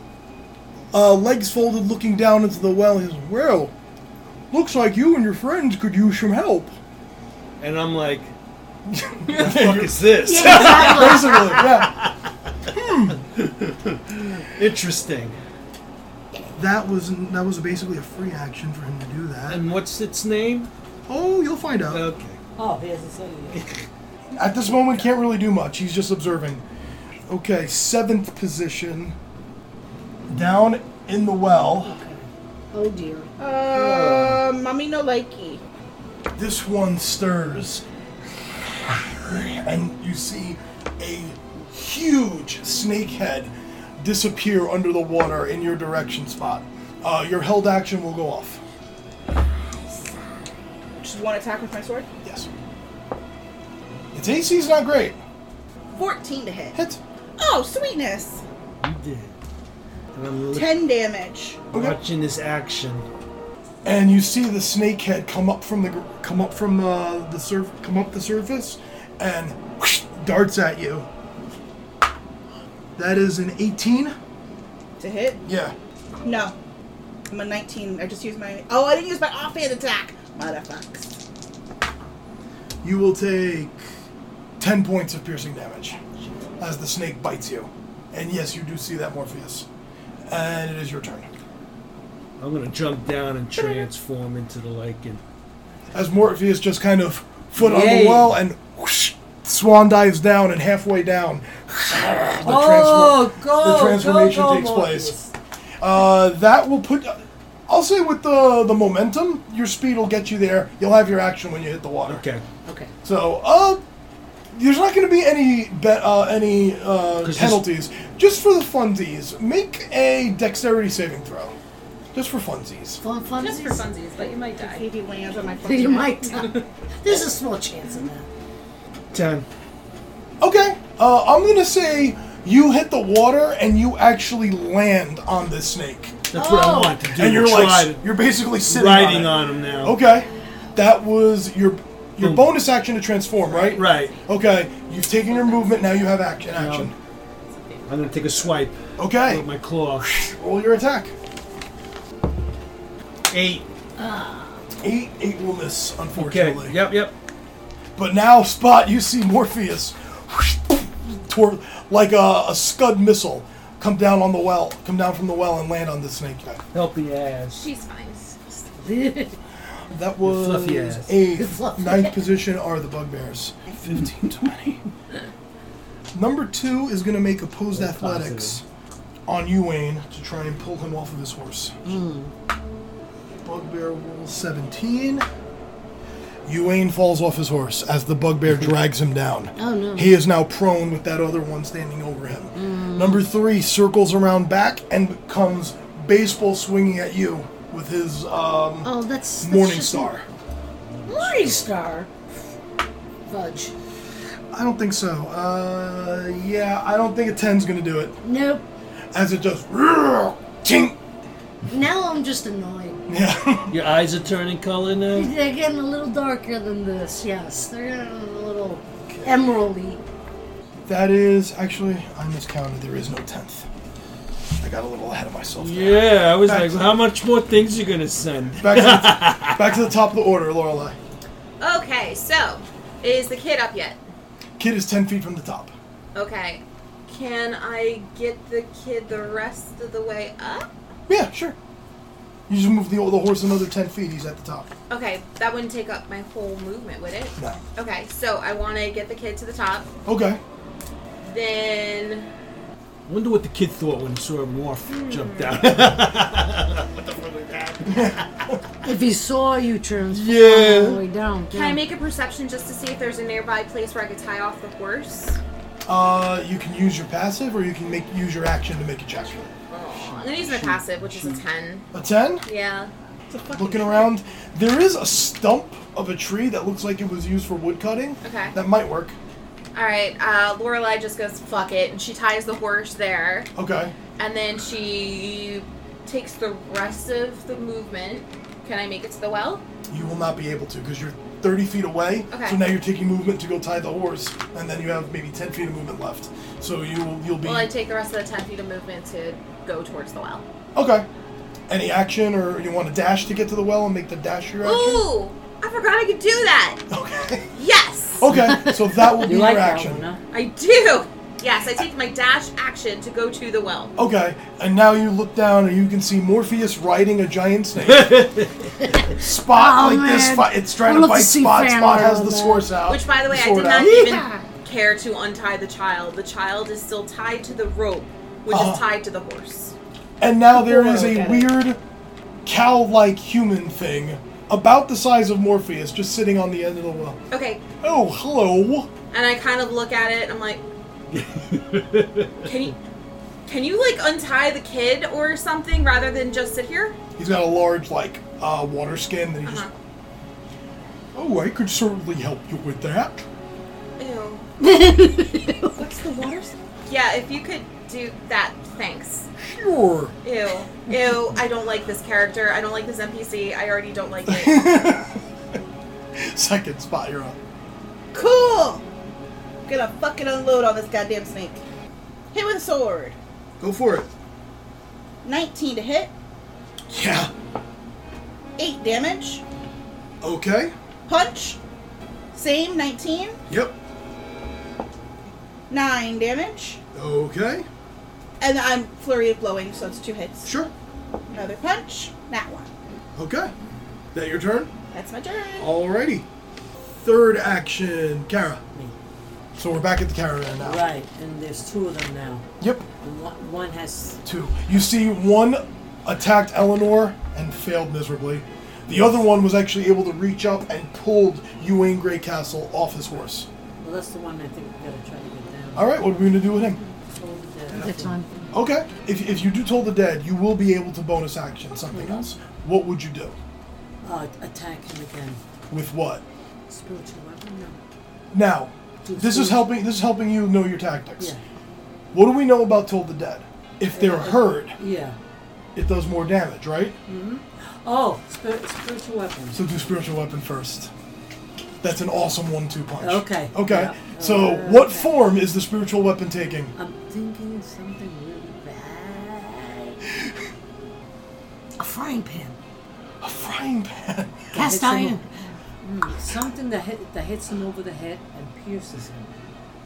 S2: uh, legs folded, looking down into the well. He says, "Well, looks like you and your friends could use some help."
S5: And I'm like, what the fuck is this?
S6: Exactly.
S2: Basically, yeah.
S5: Interesting.
S2: That was that was basically a free action for him to do that.
S5: And what's its name?
S2: Oh, you'll find out.
S5: Okay.
S1: Oh, he hasn't said it yet.
S2: At this moment, can't really do much. He's just observing. Okay, seventh position. Down in the well.
S6: oh dear.
S3: Uh, mommy no likey.
S2: This one stirs. And you see a huge snake head disappear under the water in your direction spot. Uh, your held action will go off.
S3: Just one attack with my sword.
S2: Yes. Its AC is not great.
S3: 14 to hit.
S2: Hit.
S3: Oh, sweetness.
S5: You did. And I'm li-
S3: 10 damage.
S2: Okay.
S5: watching this action.
S2: and you see the snake head come up from the gr- come up from uh, the surf come up the surface and whoosh, darts at you. That is an 18.
S3: To hit?
S2: Yeah.
S3: No. I'm a 19. I just used my. Oh, I didn't use my offhand attack. Motherfucks.
S2: You will take 10 points of piercing damage as the snake bites you. And yes, you do see that Morpheus. And it is your turn.
S5: I'm gonna jump down and transform into the lichen.
S2: As Morpheus just kind of foot on
S1: Yay.
S2: the well and whoosh, swan dives down and halfway down the transform-
S1: oh, go,
S2: the transformation
S1: go, go,
S2: takes
S1: Morpheus.
S2: place. Uh, that will put. I'll say with the the momentum, your speed will get you there. You'll have your action when you hit the water.
S5: Okay.
S1: Okay.
S2: So, uh, there's not going to be any be- uh, any uh,
S5: this-
S2: penalties. Just for the funsies, make a dexterity saving throw. Just for funsies.
S6: Fun, fun.
S4: Just for funsies, but you might die.
S3: Maybe lands on my fucking
S6: You
S3: head.
S6: might. die. There's a small chance of that.
S5: Ten.
S2: Okay. Uh, I'm going to say you hit the water and you actually land on this snake.
S5: That's what I wanted to do.
S2: and you're
S5: Try
S2: like
S5: to-
S2: you're basically sitting
S5: riding
S2: on, it.
S5: on him now.
S2: Okay. That was your your
S5: Boom.
S2: bonus action to transform, right?
S5: Right.
S2: Okay. You've taken your movement. Now you have action. Action.
S5: I'm gonna take a swipe
S2: Okay.
S5: with my claw.
S2: Roll your attack.
S5: Eight.
S2: Eight. Eight will miss,
S5: Okay.
S2: unfortunately.
S5: Yep. Yep.
S2: But now, Spot, you see Morpheus, toward, like a, a scud missile, come down on the well, come down from the well and land on the snake guy.
S5: Help the ass.
S4: She's fine.
S2: That
S5: Your
S2: was
S5: fluffy ass.
S2: eighth.
S6: fluffy
S2: Ninth position are the bugbears. 15, 20. Number two is going to make opposed
S5: Very
S2: athletics on you, Wayne, to try and pull him off of his horse.
S6: Mm.
S2: Bugbear rolls 17. Uwain falls off his horse as the bugbear drags him down.
S6: Oh no.
S2: He is now prone with that other one standing over him.
S6: Mm.
S2: Number three circles around back and comes baseball swinging at you with his um,
S6: Oh, that's, that's
S2: morning
S6: just-
S2: star.
S6: Morning star. Fudge.
S2: I don't think so. Uh, yeah, I don't think a 10's gonna do it.
S6: Nope.
S2: As it just. Tink!
S6: Now I'm just annoyed.
S2: Yeah.
S5: Your eyes are turning color now.
S6: They're getting a little darker than this, yes. They're getting a little emeraldy.
S2: that is. Actually, I miscounted. There is no 10th. I got a little ahead of myself. there.
S5: Yeah. I was
S2: Back
S5: like,
S2: to-
S5: how much more things you gonna send?
S2: Back to, the back to the top of the order, Lorelei.
S4: Okay, so is the kid up yet?
S2: Kid is 10 feet from the top.
S4: Okay. Can I get the kid the rest of the way up?
S2: Yeah, sure. You just move the, the horse another 10 feet, he's at the top.
S4: Okay, that wouldn't take up my whole movement, would it?
S2: No.
S4: Okay, so I want to get the kid to the top.
S2: Okay.
S4: Then
S5: Wonder what the kid thought when he saw a
S2: Hmm.
S5: morph jump down.
S6: If he saw you transform
S5: Yeah.
S6: all the way down.
S4: can I make a perception just to see if there's a nearby place where I could tie off the horse?
S2: Uh, you can use your passive or you can make use your action to make a check.
S4: I'm gonna use my passive, which is a ten.
S2: A 10?
S4: Yeah.
S2: Looking around, there is a stump of a tree that looks like it was used for wood cutting.
S4: Okay.
S2: That might work.
S4: All right. Uh, Lorelai just goes fuck it, and she ties the horse there,
S2: Okay.
S4: and then she takes the rest of the movement Can I make it to the well?
S2: You will not be able to because you're 30 feet away.
S4: Okay.
S2: So now you're taking movement to go tie the horse, and then you have maybe 10 feet of movement left. So you will you'll be
S4: Will I take the rest of the 10 feet of movement to go towards the well?
S2: okay. Any action, or you want to dash to get to the well and make the dash your action?
S4: Ooh! I forgot I could do that!
S2: Okay.
S4: Yes!
S2: Okay. So that will be
S7: You like
S2: your
S7: that
S2: action.
S7: one, huh?
S4: I do! Yes, I take my dash action to go to the well.
S2: Okay, and now you look down and you can see Morpheus riding a giant snake. Spot
S6: Oh,
S2: like this,
S6: man.
S2: fi- it's
S6: I'd
S2: trying to
S6: love to
S2: bite
S6: see
S2: Spot.
S6: fan art
S2: Spot has
S6: of
S2: the
S6: that.
S2: swords out.
S4: Which, by the way, I did
S2: sword
S4: not
S2: out.
S4: even care to untie the child. The child is still tied to the rope, which
S2: Uh-huh.
S4: is tied to the horse.
S2: And now there is
S7: Look
S2: a
S7: at it.
S2: weird cow-like human thing about the size of Morpheus just sitting on the end of the well.
S4: Okay,
S2: Oh, hello.
S4: and I kind of look at it. and I'm like, can you, can you like untie the kid or something rather than just sit here?
S2: He's got a large like uh, water skin that he just.
S4: Uh-huh.
S2: Oh, I could certainly help you with that.
S4: Ew. What's the water? Yeah, if you could do that, thanks.
S2: Sure.
S4: Ew, ew. I don't like this character. I don't like this NPC. I already don't like it.
S2: Second spot, you're up.
S3: Cool. I'm gonna fucking unload on this goddamn snake. Hit with a sword.
S2: Go for it.
S3: 19 to hit.
S2: Yeah.
S3: 8 damage.
S2: Okay.
S3: Punch. Same 19.
S2: Yep.
S3: 9 damage.
S2: Okay.
S3: And I'm flurry of blowing, so it's two hits.
S2: Sure.
S3: Another punch. That one.
S2: Okay. That your turn?
S3: That's my turn.
S2: Alrighty. Third action, Kara. So we're back at the caravan now.
S7: Right, and there's two of them now.
S2: Yep.
S7: And one one has
S2: Two. You see, one attacked Eleanor and failed miserably. The other one was actually able to reach up and pulled Ewain Greycastle off his horse.
S7: well, that's the one I think we gotta try to get down.
S2: All right, what are we gonna do with him?
S7: Hold it down.
S6: At the time.
S2: Okay. If, if you do Toll the Dead, you will be able to bonus action something else. What would you do?
S7: Uh, attack him again.
S2: With what?
S7: Spiritual weapon? No.
S2: Now,
S7: Do
S2: this is
S7: food.
S2: helping. This is helping you know your tactics.
S7: Yeah. Uh,
S2: What do we know about Told the Dead? If they're hurt,
S7: Yeah.
S2: it does more damage, right?
S7: Oh, spir- spiritual weapons.
S2: So do spiritual weapon first. That's an awesome one-two punch.
S7: Okay.
S2: Okay.
S7: Yeah.
S2: So
S7: Uh,
S2: what form is the spiritual weapon taking?
S7: I'm thinking of something really bad.
S6: A frying pan.
S2: A frying pan.
S6: Cast
S7: Hits him
S6: iron.
S7: Hmm, Something that hit, that hits him over the head and pierces him.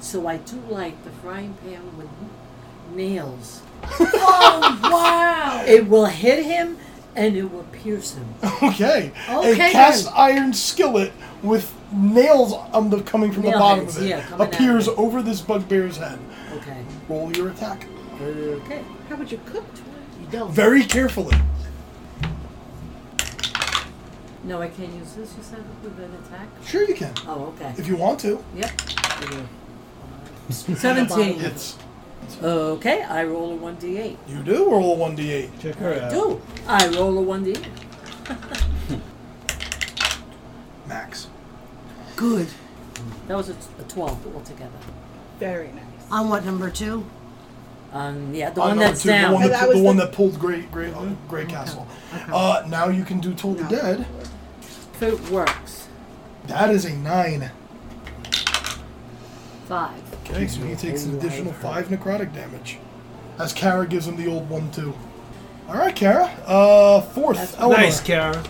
S7: So I do like the frying pan with nails.
S6: Oh, wow.
S7: It will hit him and it will pierce him.
S2: okay. A
S6: Okay,
S2: cast
S6: then.
S2: iron skillet with nails on the coming from the
S7: Nail
S2: bottom
S7: heads,
S2: of it
S7: yeah, coming out.
S2: appears over this bugbear's head.
S7: Okay.
S2: Roll your attack
S7: Okay.
S3: How would you cook?
S6: You don't.
S2: very carefully.
S7: No, I can't use this. You said with an attack.
S2: Sure, you can
S7: Oh, okay.
S2: if you want to.
S7: Yep. I do. Seventeen.
S2: It's
S7: Okay, I roll a one d eight.
S2: you do roll one d8.
S5: Check her out.
S7: Do I roll a one d eight?
S2: Max.
S6: Good.
S7: That was a, a twelve altogether.
S3: Very nice.
S6: On what number two?
S7: Um, yeah, the
S2: Oh,
S7: one
S2: no,
S7: that's
S2: two, The
S7: down.
S2: one,
S3: Oh,
S2: that,
S3: that
S2: the
S3: was
S2: one
S3: the-
S2: that pulled Gray Gray, uh, Gray Castle. Uh, now you can do Toll the
S3: No.
S2: Dead.
S7: If it works,
S2: That is a nine.
S7: five.
S2: Okay, so he takes an additional five necrotic damage. As Kara gives him the old one too. All right, Kara. Uh, fourth. Eleanor.
S5: Nice, Kara.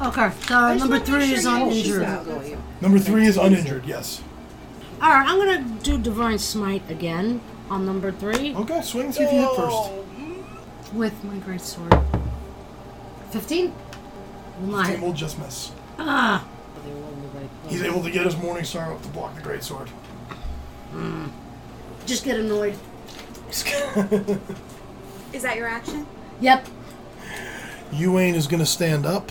S6: Okay, so number three is on injury. All
S2: Number three is uninjured. Yes.
S6: right, I'm gonna do divine smite again on number three
S2: Okay, swing and see if you hit first.
S6: with my great sword. Fifteen. Will not
S2: Team
S6: hit.
S2: will just miss.
S6: Ah,
S7: But they rolled the right
S2: He's able to get his Morning Star up to block the Great Sword.
S6: just get annoyed.
S4: Is that your action?
S6: Yep.
S2: Uwain is gonna stand up,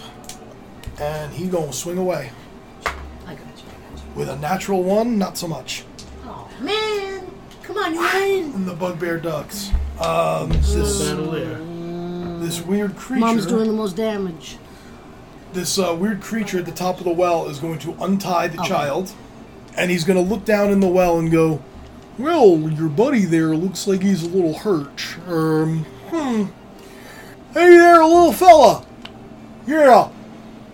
S2: and he gonna swing away
S6: I got you.
S2: with a natural one. Not so much.
S6: Oh man, come on, you
S2: Ah,
S6: win.
S2: And the bugbear ducks. Um, this
S5: Bandolier.
S2: this weird creature.
S6: Mom's doing the most damage.
S2: this uh, weird creature at the top of the well is going to untie the child, and he's going to look down in the well and go, "Well, your buddy there looks like he's a little hurt. Um, hmm. Hey there, little fella. Yeah,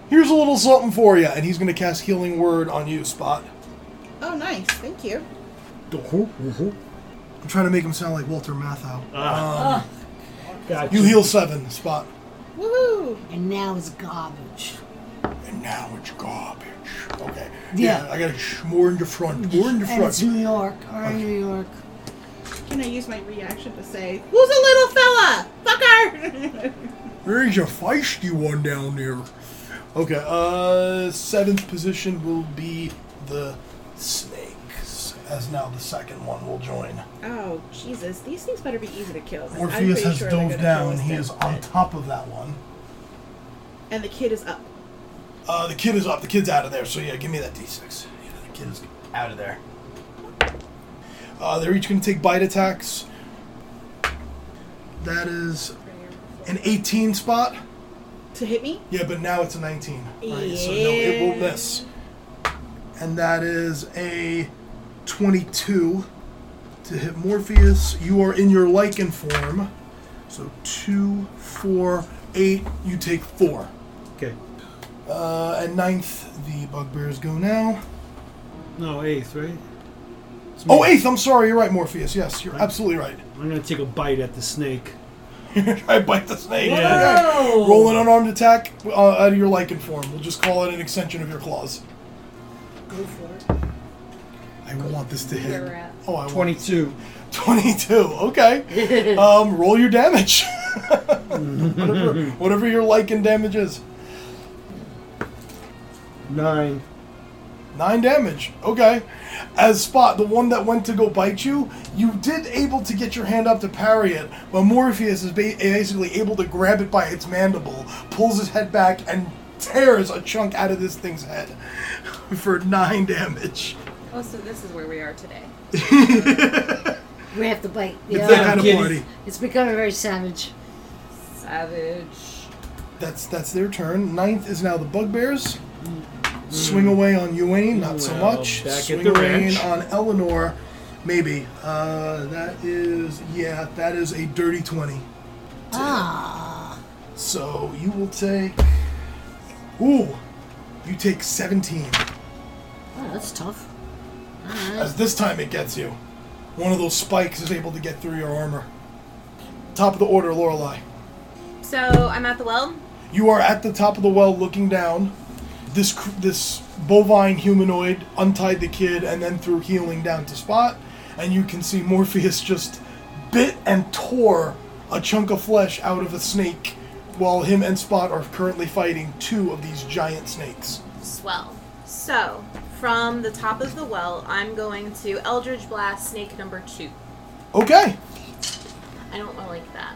S2: here's a little something for you, and he's going to cast Healing Word on you, Spot.
S3: Oh, nice. Thank you.
S2: I'm trying to make him sound like Walter Matthau.
S5: Ah. Gotcha.
S2: You heal seven, Spot.
S3: Woohoo!
S6: And now it's garbage.
S2: And now it's garbage. Okay.
S6: Yeah.
S2: I got to sh- more in the front. More in the
S6: And it's
S2: front.
S6: New York. All right, New York.
S3: Can I use my reaction to say, "Who's a little fella, fucker"?
S2: There's a feisty one down there. Okay. Uh, seventh position will be the snakes, as now the second one will join.
S3: oh Jesus! These things better be easy to kill. 'cause I'm
S2: Orpheus
S3: pretty
S2: has
S3: sure they're
S2: dove
S3: gonna
S2: down.
S3: kill us
S2: He
S3: then.
S2: is on top of that one.
S3: And the kid is up.
S2: Uh, the kid is up. The kid's out of there. So yeah, give me that d6. Yeah, the kid is out of there. Uh, they're each going to take bite attacks. That is an 18 spot.
S3: To hit me?
S2: Yeah, but now it's a 19. Right? So no, it will
S3: Yeah.
S2: miss. And that is a 22 to hit Morpheus. You are in your lichen form. So 2, 4, 8. You take 4.
S5: Okay.
S2: Uh, at ninth, the bugbears go now.
S5: No, eighth, right? It's
S2: Oh,
S5: me.
S2: eighth. I'm sorry. You're right, Morpheus. Yes, you're absolutely right.
S5: I'm gonna take a bite at the snake.
S2: I bite the snake.
S5: Yeah.
S2: Okay. Roll an unarmed attack uh, out of your lichen form. We'll just call it an extension of your claws.
S6: Go for it.
S2: I want this to hit.
S4: Where
S2: Oh, I want
S5: Twenty-two.
S2: 22. Okay. um, roll your damage. whatever, whatever your lichen damage is.
S5: Nine.
S2: Nine damage. Okay. As Spot, the one that went to go bite you, you did able to get your hand up to parry it, but Morpheus is ba- basically able to grab it by its mandible, pulls his head back, and tears a chunk out of this thing's head for nine damage.
S4: Oh, so this is where we are today.
S6: We have to bite.
S2: It's that
S6: Yeah.
S2: kind of
S5: Kitty.
S2: party.
S6: It's becoming very savage.
S4: Savage.
S2: That's that's their turn. Ninth is now the bugbears. Swing away on Ewain, not so
S5: Mm. Well,
S2: much.
S5: back at
S2: Swing
S5: the
S2: away
S5: ranch.
S2: on Eleanor, maybe. Uh, that is yeah, that is a dirty twenty.
S6: Ah.
S2: So you will take. Ooh, you take 17.
S6: Oh, that's tough.
S2: As this time it gets you. One of those spikes is able to get through your armor. Top of the order, Lorelei.
S4: So I'm at the well.
S2: You are at the top of the well, looking down. This cr- this bovine humanoid untied the kid and then threw healing down to spot, and you can see Morpheus just bit and tore a chunk of flesh out of a snake, while him and Spot are currently fighting two of these giant snakes.
S4: Swell. So from the top of the well, I'm going to Eldridge Blast Snake number two.
S2: Okay,
S4: I don't like that.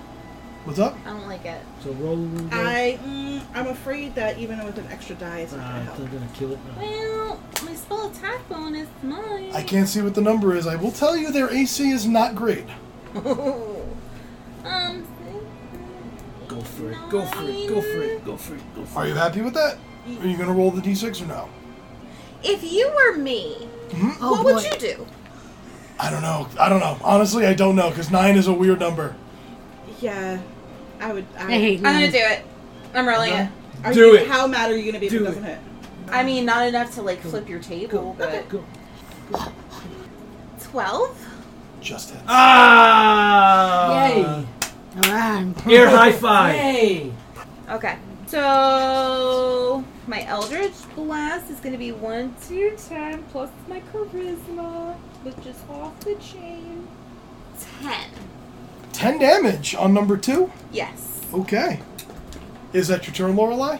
S2: what's up?
S4: I don't like it.
S5: So roll. roll.
S3: I, mm, I'm afraid that even with an extra die, it's
S5: Uh,
S3: not gonna
S5: I'm
S3: help.
S5: gonna kill it. Uh,
S4: Well, my spell attack bonus, mine.
S2: I can't see what the number is. I will tell you their AC is not great.
S4: um.
S5: Go for it. Go for it. Go for it. Go for it. Go for
S2: Are
S5: it.
S2: you happy with that? Are you going to roll the d6 or no?
S4: If you were me,
S5: Hmm?
S6: Oh
S4: what
S6: boy.
S4: would you do?
S2: I don't know. I don't know. Honestly, I don't know because 9 is a weird number.
S3: Yeah, I would. I,
S6: I hate
S4: I'm gonna
S6: nine.
S4: do it. I'm rolling it.
S3: Are
S5: Do
S3: you,
S5: it.
S3: How mad are you gonna be if it
S5: Do
S3: doesn't
S5: it.
S3: hit?
S4: I mean, not enough to like flip your table, but
S5: Go.
S4: twelve.
S2: Just hit.
S5: Ah!
S6: All right.
S5: Yay! Air high five.
S7: Hey!
S4: Okay. So my Eldritch Blast is going to be 1, 2, 10, plus my Charisma, which is off the chain. 10.
S2: 10 damage on number 2.
S4: Yes.
S2: Okay. Is that your turn, Lorelei?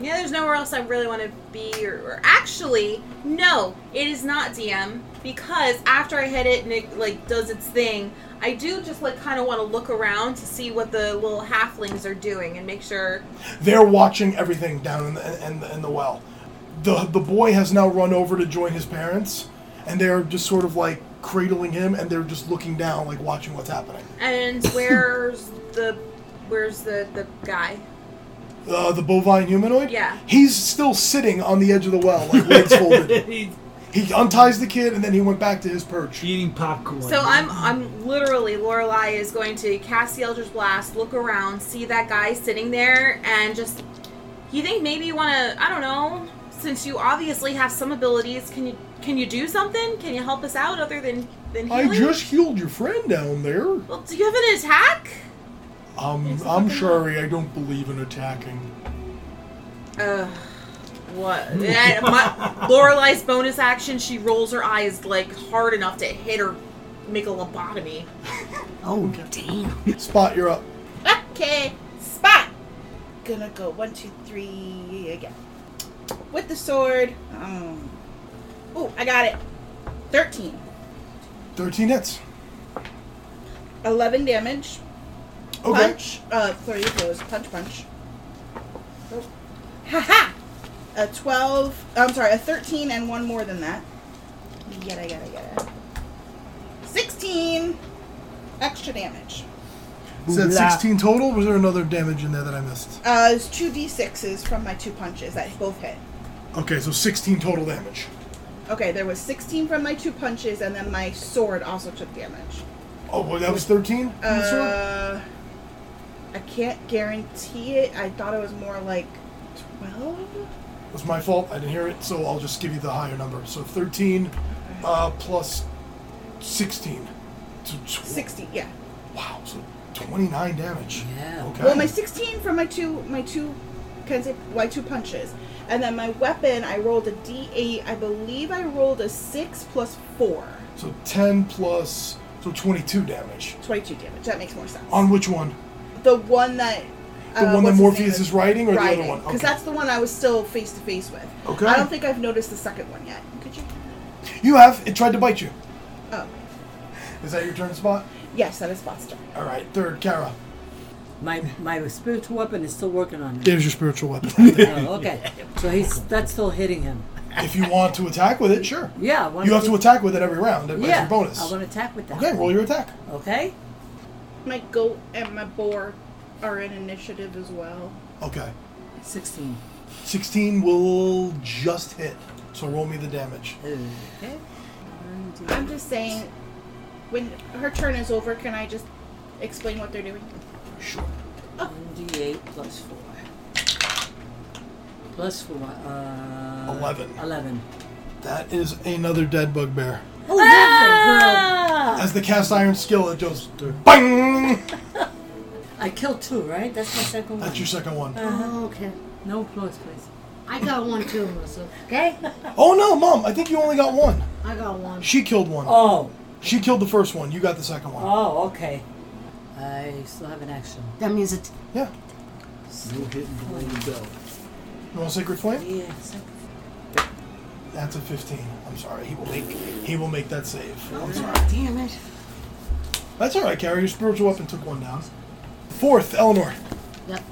S4: Yeah, there's nowhere else I really want to be. Or, or actually, no, it is not DM because after I hit it and it like does its thing, I do just like kind of want to look around to see what the little halflings are doing and make sure.
S2: They're watching everything down in the, in the, in the well. The, the boy has now run over to join his parents, and they're just sort of like cradling him, and they're just looking down, like watching what's happening.
S4: And where's the where's the the guy?
S2: Uh, the bovine humanoid?
S4: Yeah.
S2: He's still sitting on the edge of the well, like legs folded.
S5: He's
S2: He unties the kid and then he went back to his perch.
S5: eating popcorn.
S4: So I'm I'm literally Lorelai is going to cast the Eldritch Blast, look around, see that guy sitting there, and just You think maybe you want to? I don't know. Since you obviously have some abilities, can you can you do something? Can you help us out other than than
S2: I
S4: healing?
S2: just healed your friend down there.
S4: Well, do you have an attack?
S2: Um, I'm sorry, I don't believe in attacking.
S4: Uh, what? Yeah, my, Lorelai's bonus action. She rolls her eyes like hard enough to hit her, make a lobotomy.
S6: Oh, damn.
S2: Spot, you're up.
S3: Okay, spot. Gonna go one, two, three again. With the sword. Um, oh, I got it. 13.
S2: 13 hits.
S3: 11 damage.
S2: Okay.
S3: Punch. Uh, three of those. Punch, punch. Nope. Haha! A 12. I'm sorry, a 13 and one more than that. Yada, yada, yada. 16 extra damage.
S2: Is that
S5: Blah.
S2: 16 total? Was there another damage in there that I missed?
S3: Uh, it's two d6s from my two punches that both hit.
S2: Okay, so 16 total damage.
S3: Okay, there was 16 from my two punches, and then my sword also took damage.
S2: Oh, well, that was 13? from the sword?
S3: Uh, I can't guarantee it. I thought it was more like 12?
S2: It was my fault. I didn't hear it, so I'll just give you the higher number. So 13 uh, plus 16. So tw-
S3: 16, yeah.
S2: Wow, so 29 damage.
S7: Yeah.
S2: Okay.
S3: Well, my 16 from my two, my two, can I say, my two punches. And then my weapon, I rolled a d8. I believe I rolled a 6 plus 4.
S2: so 10 plus, so 22 damage.
S3: 22 damage. That makes more sense.
S2: On which one?
S3: the one that. uh,
S2: The one that
S3: what's his
S2: Morpheus
S3: name
S2: is riding or the other one?
S3: Because
S2: Okay.
S3: that's the one I was still face to face with.
S2: Okay.
S3: I don't think I've noticed the second one yet. Could you?
S2: You have. It tried to bite you.
S3: Oh,
S2: Is that your turn spot?
S3: yes, that is Buster.
S2: All right, third, Kara.
S7: My my spiritual weapon is still working on it.
S2: There's your spiritual weapon.
S7: Oh, okay. So he's that's still hitting him.
S2: if you want to attack with it, sure.
S7: Yeah. I wanna
S2: You have
S7: do-
S2: to attack with it every round. That's
S7: yeah.
S2: your bonus.
S7: I want to attack with that.
S2: Okay, roll your attack.
S7: Okay.
S3: My goat and my boar are in initiative as well.
S2: Okay.
S7: Sixteen.
S2: 16 will just hit. So roll me the damage.
S7: Okay.
S3: I'm just saying, when her turn is over, can I just explain what they're doing?
S2: Sure.
S7: One D eight plus four. Plus four. Uh,
S2: 11.
S7: Eleven.
S2: That is another dead bugbear.
S7: Oh, that's a
S2: As the cast iron skillet goes, bang!
S7: good. I killed two, right? That's my second one.
S2: That's your second
S7: Ah.
S2: one.
S6: Oh, okay.
S7: No applause, please.
S6: I got one too, Melissa. Okay?
S2: Oh no, mom! I think you only got one.
S6: I got one.
S2: She killed one.
S7: Oh.
S2: She killed the first one. You got the second one.
S7: Oh, okay. I still have an action.
S6: That means it's.
S2: Yeah.
S5: No hitting below the belt.
S2: You want sacred flame?
S7: Yeah.
S2: That's a 15. I'm sorry. He will make. He will make that save. I'm sorry.
S6: Damn it.
S2: That's all right, Carrie. Your spiritual weapon took one down. Fourth, Eleanor.
S6: Yep.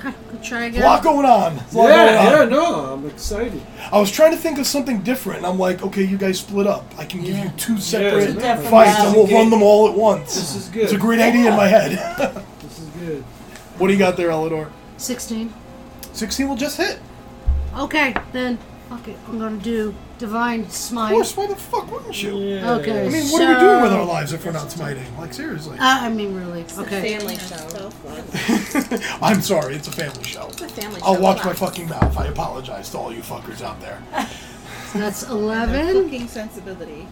S6: Okay, good try
S2: A
S6: again.
S2: lot going on. There's a lot
S5: Yeah,
S2: going
S5: yeah,
S2: on.
S5: no, I'm excited.
S2: I was trying to think of something different. and I'm like, okay, you guys split up. I can give you
S7: Yeah.
S2: two separate
S5: Two different
S2: fights, and
S7: rounds.
S2: we'll run them all at once.
S5: This is good.
S2: It's a great idea in my head.
S5: This is good.
S2: what do you got there, Eleanor?
S6: 16.
S2: 16 will just hit.
S6: Okay, then. Fuck it. I'm gonna do Divine
S2: Of
S6: Smite.
S2: course, why the fuck wouldn't you?
S6: Okay.
S2: I mean, what are we doing with our lives if we're not smiting? Like, seriously.
S6: Uh, I mean, really. Okay.
S4: Family show.
S2: I'm sorry, it's a family show.
S4: It's a family show.
S2: I'll watch my
S4: relax.
S2: fucking mouth. I apologize to all you fuckers out there.
S6: So that's
S3: Their
S6: 11.
S3: cooking sensibility.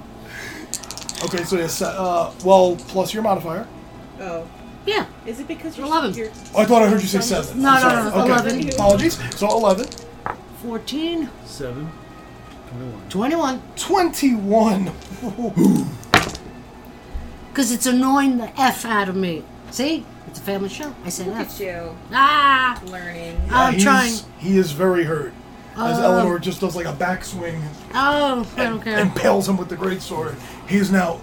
S2: Okay, so yes, uh, well, plus your modifier.
S3: Oh,
S6: Yeah.
S3: is it because you're
S6: Eleven.
S3: You're,
S2: Oh, I thought I heard you say seven.
S6: No,
S2: I'm
S6: no, no,
S2: sorry.
S6: no,
S2: Okay.
S6: 11.
S2: Apologies. So 11,
S6: 14.
S5: Seven. Twenty-one.
S6: 21.
S2: 21.
S6: Because it's annoying the F out of me. See? It's a family show. I said
S4: Look
S6: F.
S4: at you
S6: Ah!
S4: learning.
S6: I'm
S2: He's-
S6: trying.
S2: He is very hurt. As
S6: Uh,
S2: Eleanor just does like a backswing
S6: Oh, I don't care.
S2: impales him with the great sword. He's now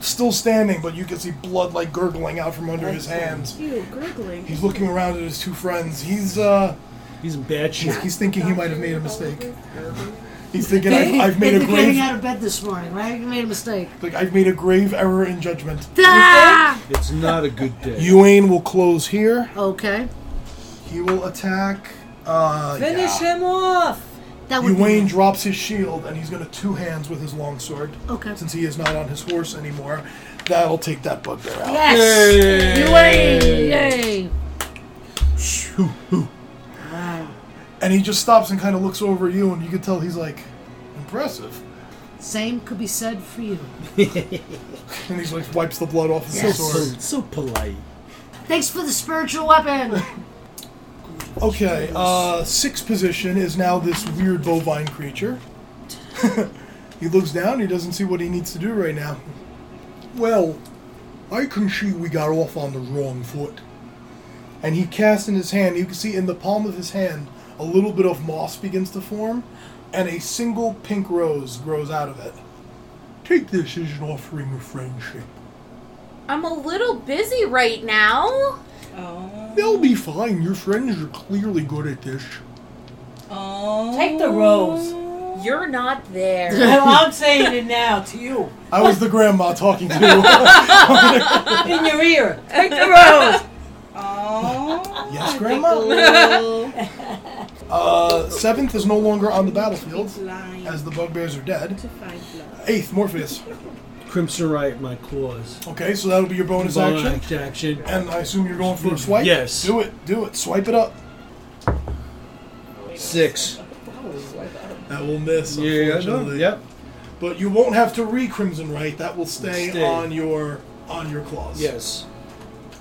S2: still standing, but you can see blood like gurgling out from under his hands.
S3: you gurgling.
S2: He's looking around at his two friends. He's uh,
S5: He's in bad shape.
S2: he's, he's thinking he might have made a mistake. He's thinking I've, I've made
S6: Get-
S2: a
S6: get- getting
S2: grave
S6: out of bed this morning, right? You made a mistake.
S2: like I've made a grave error in judgment.
S6: Ah!
S5: It's not a good day.
S2: Ewain will close here.
S6: Okay.
S2: He will attack. Uh,
S7: Finish
S2: yeah.
S7: him off.
S6: That would
S2: Ewain
S6: be.
S2: drops his shield and he's gonna two hands with his long sword.
S6: Okay.
S2: Since he is not on his horse anymore, that'll take that bugbear out.
S6: Yes! Ewain! Yay!
S2: Whew, whew.
S6: All
S2: And he just stops and kind of looks over at you, and you can tell he's like, impressive.
S6: Same could be said for you.
S2: And he like wipes the blood off his sword.
S5: So, so polite.
S6: Thanks for the spiritual weapon.
S2: Okay, uh, sixth position is now this weird bovine creature. he looks down, he doesn't see what he needs to do right now. Well, I can see we got off on the wrong foot. And he casts in his hand, you can see in the palm of his hand, a little bit of moss begins to form, and a single pink rose grows out of it. Take this as an offering of friendship.
S8: I'm a little busy right now.
S3: Oh.
S2: They'll be fine, your friends are clearly good at this.
S3: Oh.
S9: Take the rose.
S8: You're not there.
S9: Well, I'm saying it now to you
S2: I was the grandma talking to you.
S9: in your ear. Take the rose.
S3: Oh.
S2: yes, grandma. Uh, seventh is no longer on the battlefield,
S3: Blind
S2: as the bugbears are dead.
S3: to find love.
S2: Eighth, Morpheus.
S5: Crimson right, my claws.
S2: Okay, so that'll be your bonus action.
S5: Bonus action.
S2: And I assume you're going for a swipe?
S5: Yes.
S2: Do it, do it. Swipe it up.
S5: Six.
S2: That will miss,
S5: Yeah, I know.
S2: unfortunately.
S5: Yep.
S2: But you won't have to re-crimson right. That will stay,
S5: Stay.
S2: on your on your claws.
S5: Yes.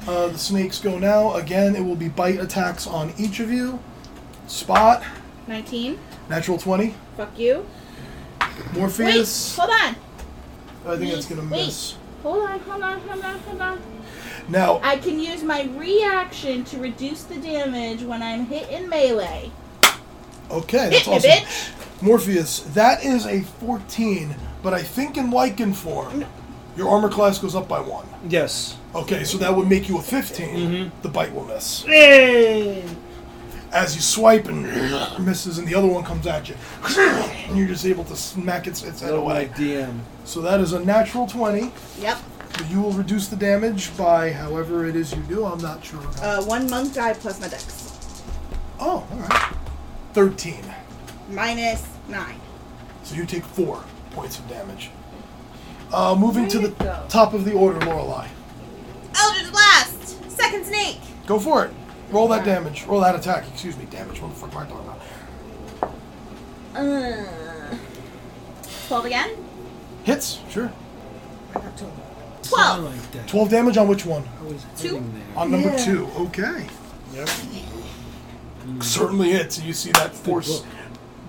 S2: Uh, the snakes go now. Again, it will be bite attacks on each of you. Spot,
S3: 19.
S2: natural 20.
S3: Fuck you.
S2: Morpheus,
S3: Hold on.
S2: I think that's going to
S3: wait.
S2: miss.
S3: Hold on, hold on, hold on, hold on.
S2: Now,
S3: I can use my reaction to reduce the damage when I'm hit in melee.
S2: Okay, that's
S3: Hit me,
S2: awesome.
S3: bitch.
S2: Morpheus, that is a 14, but I think in lichen form, your armor class goes up by one.
S5: Yes.
S2: Okay, so that would make you a 15. The bite will miss.
S5: Hey.
S2: As you swipe and misses, and the other one comes at you, and you're just able to smack its, its head
S5: Oh my
S2: away.
S5: DM.
S2: So that is a natural 20.
S3: Yep.
S2: but You will reduce the damage by however it is you do. I'm not sure.
S3: Uh, one monk die plus my dex.
S2: oh, all right. 13.
S3: Minus nine.
S2: So you take four points of damage. Uh, moving to the top of the order, Lorelei.
S4: Eldritch Blast! Second snake!
S2: Go for it. Roll that damage. Roll that attack. Excuse me, damage. What the fuck am I talking about?
S4: Uh, 12 again?
S2: Hits, sure.
S4: 12!
S5: Like that.
S2: 12 damage on which one?
S4: Two?
S2: On number two. Oh, Okay.
S5: Yep.
S2: Certainly hits. You see that force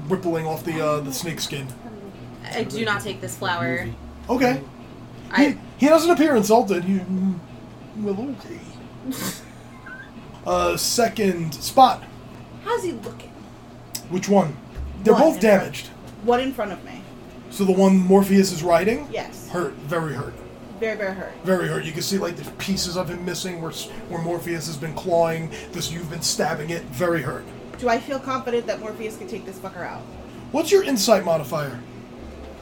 S2: rippling off the uh, the snake skin.
S4: I do not take this flower.
S2: Okay.
S4: I.
S2: He doesn't appear insulted. He, mm, well, okay. uh, second spot.
S3: How's he looking?
S2: Which one? They're
S3: One
S2: both
S3: in front.
S2: damaged.
S3: One in front of me.
S2: So the one Morpheus is riding?
S3: Yes.
S2: Hurt. Very hurt.
S3: Very, very hurt.
S2: very hurt. You can see like the pieces of him missing where where Morpheus has been clawing. This you've been stabbing it. Very hurt.
S3: Do I feel confident that Morpheus can take this fucker out?
S2: What's your insight modifier?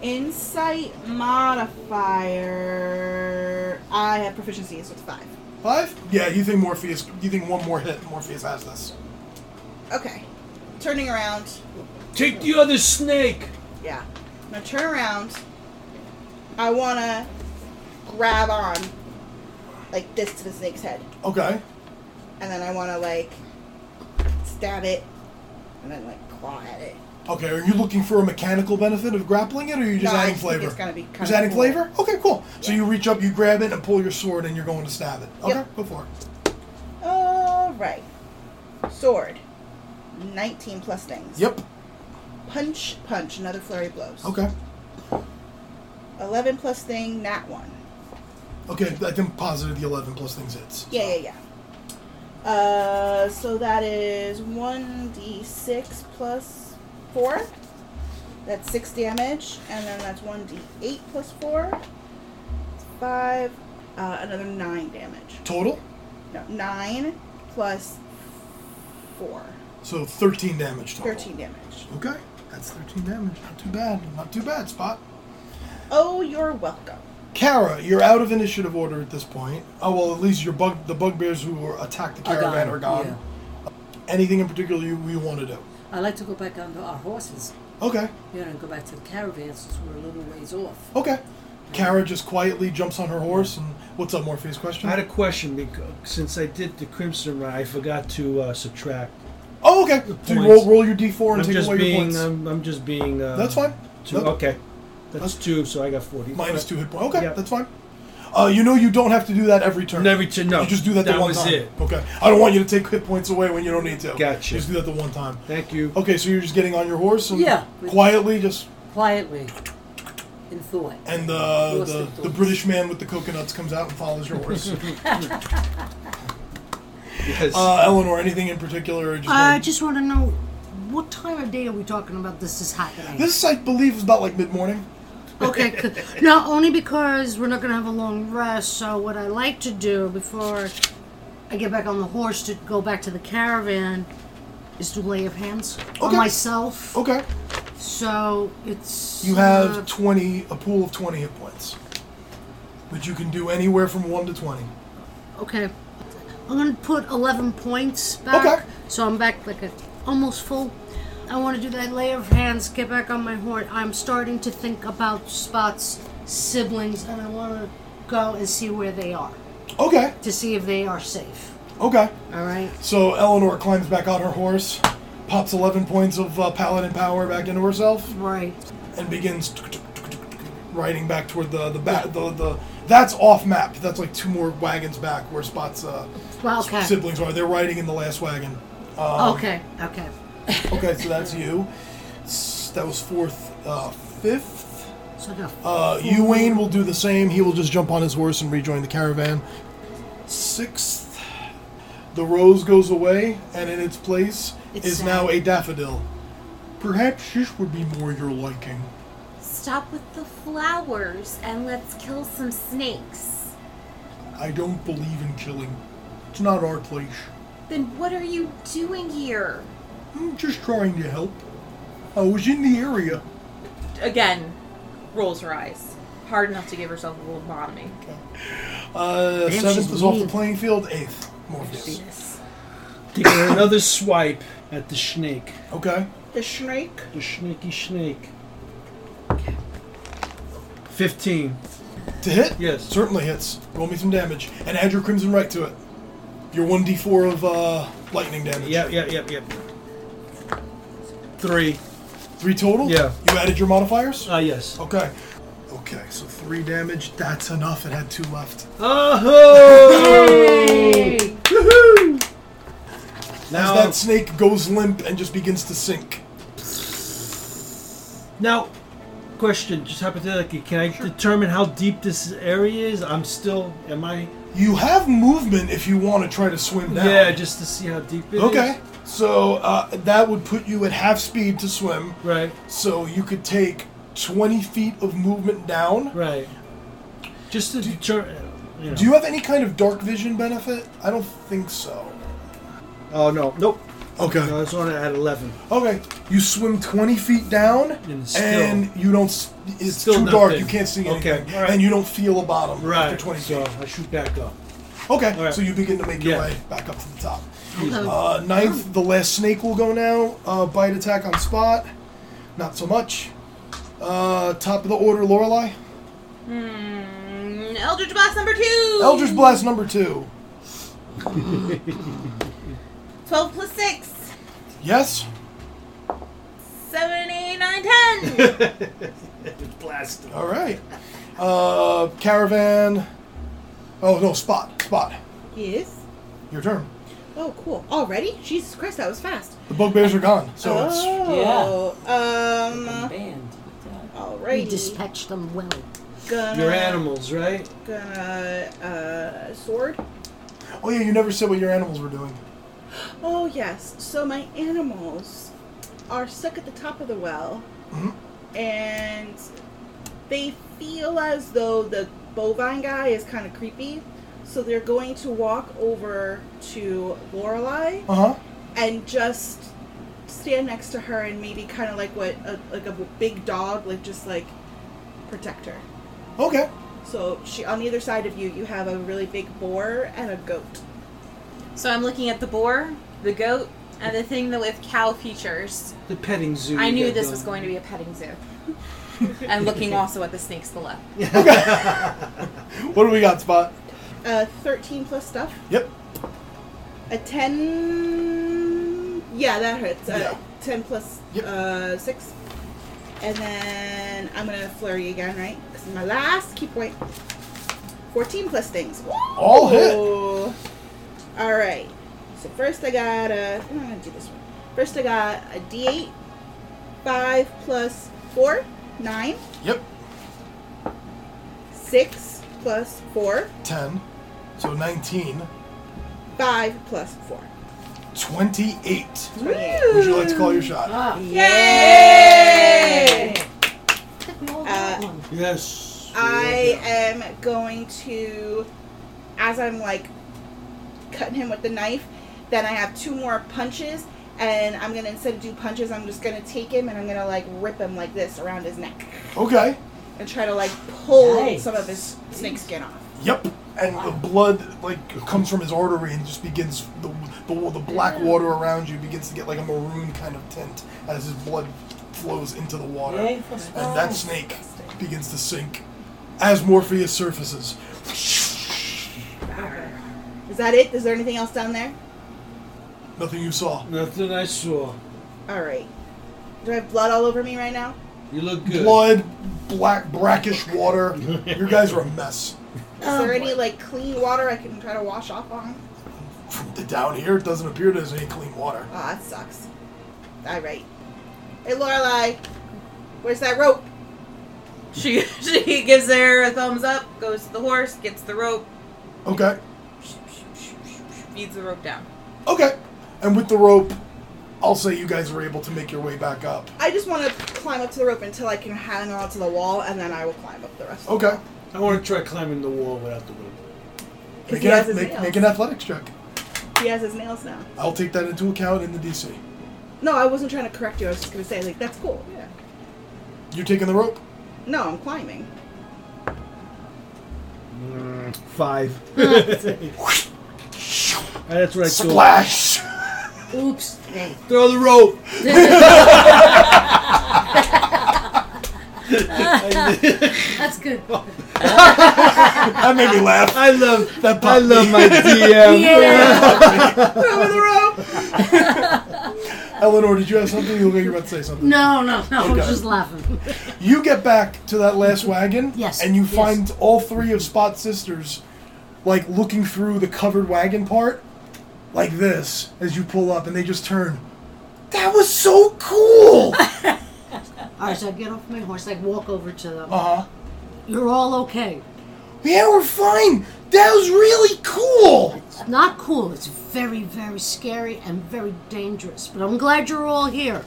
S3: Insight modifier. I have proficiency, so it's five.
S2: Five? Yeah, you think Morpheus? You think one more hit, Morpheus has this?
S3: Okay. Turning around.
S5: Take the other snake.
S3: Yeah. I'm gonna turn around. I wanna grab on like this to the snake's head.
S2: Okay.
S3: And then I wanna like stab it and then like claw at it.
S2: Okay. Are you looking for a mechanical benefit of grappling it, or are you just
S3: No, I
S2: adding
S3: just think
S2: flavor?
S3: it's gonna be kinda
S2: just adding
S3: cool.
S2: flavor. Okay, cool. So you reach up, you grab it, and pull your sword, and you're going to stab it. Okay,
S3: Yep.
S2: go for it.
S3: Alright. Sword. 19 plus things.
S2: Yep.
S3: Punch, punch, another flurry of blows.
S2: Okay.
S3: 11 plus thing, nat 1.
S2: Okay. I think positive the eleven plus things hits.
S3: Yeah, yeah, yeah. Uh, so that is 1d6 plus 4. That's 6 damage. And then that's 1d8 plus 4. It's 5. Uh, another 9 damage.
S2: Total.
S3: No, 9 plus 4.
S2: So thirteen damage total.
S3: 13 damage.
S2: Okay, that's 13 damage. Not too bad. Not too bad, Spot.
S3: Oh, you're welcome.
S2: Kara, you're out of initiative order at this point. Oh, well, at least your bug, the bugbears who were attacked the
S7: Are gone,
S2: caravan are gone. Anything in particular you, you want to do?
S7: I like to go back onto our horses,
S2: Okay,
S7: you know, and go back to the caravans since we're a little ways off.
S2: okay. Kara just quietly jumps on her horse and what's up, Morpheus? Question?
S5: I had a question because since I did the crimson right, I forgot to uh, subtract.
S2: oh, Oh, okay. So you
S5: Points.
S2: roll, roll your d4 and
S5: I'm
S2: take
S5: just
S2: away your
S5: being. um,
S2: points.
S5: I'm, I'm just being. Uh,
S2: That's fine.
S5: Two,
S2: Nope.
S5: Okay, that's two. So I got forty.
S2: Minus two hit points. Okay,
S5: Yeah.
S2: that's fine. Uh, you know you don't have to do that every turn.
S5: Never to no.
S2: You just do that,
S5: That
S2: the one
S5: was
S2: time.
S5: it.
S2: Okay. I don't want you to take hit points away when you don't need to.
S5: Gotcha.
S2: Just do that the one time.
S5: Thank you.
S2: Okay, so you're just getting on your horse and
S7: Yeah.
S2: quietly just
S7: Quietly. In thought.
S2: and uh,
S7: Horse
S2: the
S7: and
S2: the
S7: thoughts.
S2: British man with the coconuts comes out and follows your horse.
S5: Yes.
S2: uh, Eleanor, anything in particular? Or just
S6: I
S2: like-
S6: just want to know what time of day are we talking about this is happening?
S2: this I believe is about like mid morning.
S6: Okay, c- no, only because we're not going to have a long rest. So, what I like to do before I get back on the horse to go back to the caravan is do lay of hands on
S2: Okay.
S6: myself.
S2: Okay.
S6: So, it's.
S2: You have
S6: uh,
S2: twenty a pool of twenty hit points. Which you can do anywhere from one to twenty.
S6: okay. I'm going to put 11 points back.
S2: Okay.
S6: So, I'm back like a, almost full. I want to do that lay of hands, get back on my horse. I'm starting to think about Spot's siblings, and I want to go and see where they are
S2: Okay.
S6: to see if they are safe.
S2: Okay.
S6: All right.
S2: So Eleanor climbs back on her horse, pops 11 points of uh, paladin power back into herself,
S6: Right.
S2: and begins riding back toward the the back the, the that's off map. That's like two more wagons back where Spot's uh,
S6: Well, okay.
S2: siblings are. They're riding in the last wagon.
S6: okay. Okay.
S2: Okay, so that's you. S- That was fourth, uh, fifth.
S6: So go.
S2: Uh, Ewain will do the same. He will just jump on his horse and rejoin the caravan. Sixth, the rose goes away, and in its place
S6: It's
S2: is
S6: sad.
S2: now a daffodil. Perhaps this would be more your liking.
S8: Stop with the flowers and let's kill some snakes.
S2: I don't believe in killing. It's not our place.
S8: Then what are you doing here?
S2: I'm just trying to help. I was in the area.
S4: Again, rolls her eyes. Hard enough to give herself a little lobotomy.
S2: Uh,
S6: Damn,
S2: seventh
S6: she's
S2: is off the
S6: mean.
S2: playing field. Eighth, Morpheus.
S5: Taking another swipe at the snake.
S2: Okay.
S3: The snake.
S5: The snaky snake. Fifteen.
S2: To hit?
S5: Yes.
S2: Certainly hits. Roll me some damage. And add your Crimson Right to it. Your 1d4 of uh, lightning damage.
S5: Yep, yep, yep, yep. Three.
S2: Three total?
S5: Yeah.
S2: You added your modifiers?
S5: Ah, yes.
S2: Okay. Okay, so three damage. That's enough. It had two left.
S5: Oh!
S2: As
S5: Now,
S2: that snake goes limp and just begins to sink.
S5: now, question. Just hypothetically, can I determine how deep this area is? I'm still. Am I?
S2: You have movement if you want to try to swim down.
S5: Yeah, just to see how deep it is.
S2: Okay. So uh, that would put you at half speed to swim.
S5: Right.
S2: So you could take 20 feet of movement down.
S5: Right. Just to determine. You know.
S2: Do you have any kind of dark vision benefit? I don't think so.
S5: Oh no. Nope.
S2: Okay.
S5: No, it's on at eleven.
S2: Okay, you swim 20 feet down,
S5: And
S2: and,
S5: still-
S2: you don't. s- It's
S5: Still
S2: too dark.
S5: nothing.
S2: You can't see
S5: Okay,
S2: anything,
S5: alright.
S2: and you don't feel a bottom
S5: Right.
S2: after 20
S5: so
S2: feet.
S5: I shoot back up.
S2: Okay,
S5: alright.
S2: so you begin to make your
S5: Yeah.
S2: way back up to the top.
S6: Hello.
S2: Uh, ninth, the last snake will go now. Uh, bite attack on spot, not so much. Uh, top of the order, Lorelei.
S4: Hmm. Eldritch Blast number two!
S2: Eldritch blast number two.
S4: 12 plus 6.
S2: Yes.
S4: 7, 8, 9, 10.
S5: Blast.
S2: All right. Uh, caravan. Oh no, spot, spot.
S3: Yes.
S2: Your turn.
S3: Oh, cool. Already? Jesus Christ, that was fast.
S2: The bugbears are gone, so it's
S3: oh. Um.
S7: Band.
S6: We
S3: Alrighty.
S6: dispatch them well.
S3: gonna,
S5: Your animals, right?
S3: Gonna uh, sword.
S2: Oh yeah, you never said what your animals were doing.
S3: Oh yes. So my animals are stuck at the top of the well,
S2: Mhm.
S3: and they feel as though the bovine guy is kind of creepy. So they're going to walk over to Lorelai
S2: Uh huh.
S3: and just stand next to her and maybe kind of like what a, like a big dog, like just like protect her.
S2: Okay.
S3: So she on either side of you, you have a really big boar and a goat.
S4: so I'm looking at the boar, the goat, and the thing that with cow features.
S5: The petting zoo.
S4: I
S5: you
S4: knew
S5: got
S4: this
S5: going.
S4: was going to be a petting zoo. and looking also at the snakes below.
S2: What do we got, Spot?
S3: Uh, thirteen plus stuff.
S2: Yep.
S3: A ten Yeah, that hurts. Uh,
S2: Yeah.
S3: 10 plus
S2: Yep.
S3: uh, 6. And then I'm going to flurry again, right? This is my last key point. 14 plus things.
S2: All hit.
S3: Ooh. All right. So first I got a. I'm going to do this one. First I got a d8. 5 plus 4. 9.
S2: Yep.
S3: 6 plus 4.
S2: 10. So 19.
S3: 5 plus 4.
S2: 28.
S3: 28.
S2: Would you like to call your shot?
S1: Ah,
S3: Yay! Uh,
S5: Yes.
S3: I am going to, as I'm like cutting him with the knife, then I have two more punches, and I'm gonna instead of do punches, I'm just gonna take him and I'm gonna like rip him like this around his neck
S2: Okay.
S3: and try to like pull
S9: Nice.
S3: some of his snake skin off.
S2: Yep. And the blood like comes from his artery and just begins the the, the black
S9: Mm.
S2: water around you begins to get like a maroon kind of tint as his blood flows into the water.
S9: Yay for spells.
S2: And that snake begins to sink as Morpheus surfaces.
S3: Is that it? Is there anything else down there?
S2: Nothing you saw.
S5: Nothing I saw.
S3: All right. Do I have blood all over me right now?
S5: You look good.
S2: Blood, black brackish water. Your guys are a mess.
S3: Is there any like clean water I can try to wash off on?
S2: From the down here, it doesn't appear there's any clean water.
S3: Oh, that sucks. All right. Hey, Lorelai, where's that rope?
S4: She she gives her a thumbs up, goes to the horse, gets the rope,
S2: Okay.
S4: feeds the rope down.
S2: Okay. And with the rope, I'll say you guys were able to make your way back up.
S3: I just want to climb up to the rope until I can hang on to the wall, and then I will climb up the rest. of
S2: Okay.
S5: I want to try climbing the wall without the rope.
S3: Because
S2: Make
S3: he
S2: an,
S3: has
S2: ath-
S3: his
S2: make,
S3: nails.
S2: make an athletics check.
S3: He has his nails now.
S2: I'll take that into account in the DC.
S3: No, I wasn't trying to correct you. I was just gonna say like that's cool. Yeah.
S2: You're taking the rope?
S3: No, I'm climbing.
S5: Five. That's what I thought.
S2: Splash!
S6: Oops.
S5: Throw the rope.
S6: That's good.
S2: that made me laugh.
S5: I love
S2: That
S5: I
S2: popped
S5: love
S2: me.
S5: my DM.
S6: Yeah.
S2: Eleanor, did you have something? You look like you're about to say something.
S6: No, no, no. I'm
S2: Okay.
S6: just laughing.
S2: You get back to that last wagon,
S6: Yes,
S2: and you
S6: yes.
S2: find all three of Spot's sisters, like looking through the covered wagon part, like this, as you pull up, and they just turn. That was so cool. uh
S6: All right, so I get off my horse. I walk over to them.
S2: huh.
S6: You're all okay.
S2: Yeah, we're fine. That was really cool.
S6: It's not cool. It's very, very scary and very dangerous. But I'm glad you're all here.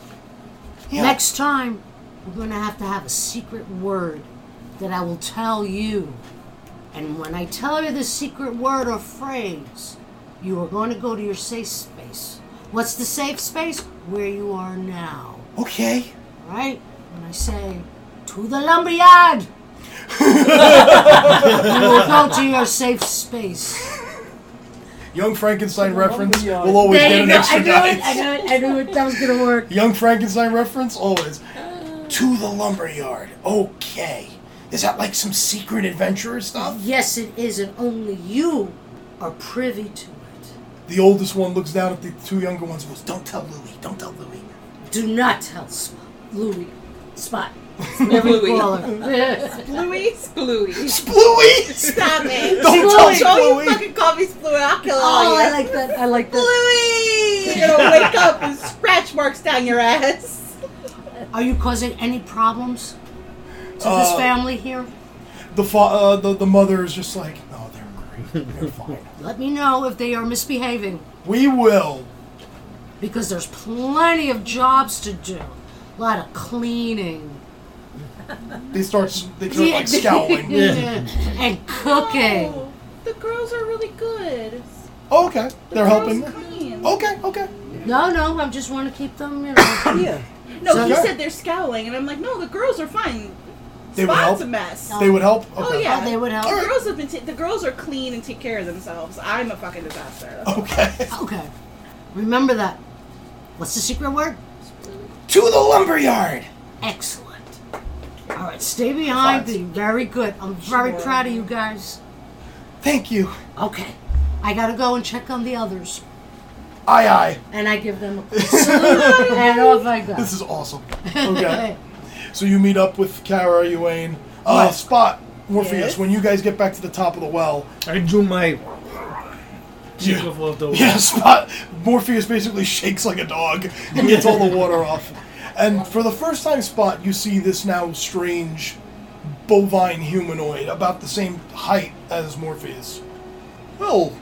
S2: Yeah.
S6: Next time, we're going to have to have a secret word that I will tell you. And when I tell you the secret word or phrase, you are going to go to your safe space. What's the safe space? Where you are now.
S2: Okay.
S6: All right? When I say, to the lumberyard, you will go to your safe space.
S2: Young Frankenstein reference. We'll always
S6: uh, There
S2: get
S6: you
S2: an
S6: go. I
S2: extra
S6: knew
S2: die.
S6: it. I knew it. I knew it. That was gonna work.
S2: Young Frankenstein reference always. To the lumberyard. Okay. Is that like some secret adventurer stuff?
S6: Yes, it is, and only you are privy to it.
S2: The oldest one looks down at the two younger ones and goes, Don't tell Louie, don't tell Louie.
S6: Do not tell Spot, Louis, Spot,
S4: Bluey.
S6: Baller.
S3: Bluey,
S4: Bluey.
S2: Spluey!
S3: stop it!
S2: Don't tell
S3: Don't you
S2: Spluey!
S3: fucking call me Bluey. I'll kill all
S6: oh, I
S3: you.
S6: like that. I like that.
S3: Bluey, you're gonna wake up and scratch marks down your ass.
S6: Are you causing any problems to this
S2: Uh,
S6: family here?
S2: The, fa- uh, the, the mother is just like, No, they're great. They're fine.
S6: Let me know if they are misbehaving,
S2: We will.
S6: because there's plenty of jobs to do. A lot of cleaning.
S2: They start, s- they start like scowling.
S6: and cooking.
S3: Oh, the girls are really good.
S2: Oh, okay. They're helping. Oh,
S3: Clean.
S2: Okay, okay.
S6: No, no, I just want to keep them, you know.
S9: Yeah.
S3: No,
S6: So-
S3: he said they're scowling, and I'm like, no, the girls are fine.
S2: They would
S3: Spot's a
S2: help.
S3: mess.
S2: They would help? Okay.
S3: Oh yeah,
S6: Oh, they would help.
S3: The girls have been ta- the girls are clean and take care of themselves. I'm a fucking disaster.
S2: Oh. Okay.
S6: Okay. Remember that. What's the secret word?
S2: to the lumberyard!
S6: Excellent. All right, stay behind. Be very good. I'm very proud of you guys.
S2: Thank you.
S6: Okay. I gotta go and check on the others.
S2: Aye, aye.
S6: and I give them a quick salute, and off I go.
S2: This is awesome. Okay. so you meet up with Kara, Ewain. Uh, Spot, Morpheus,
S3: Yes?
S2: when you guys get back to the top of the well,
S5: I do my.
S2: you-
S5: Cheek of all the-
S2: Yeah, Spot. Morpheus basically shakes like a dog and gets all the water off. And for the first time, Spot, you see this now strange bovine humanoid about the same height as Morpheus. Well,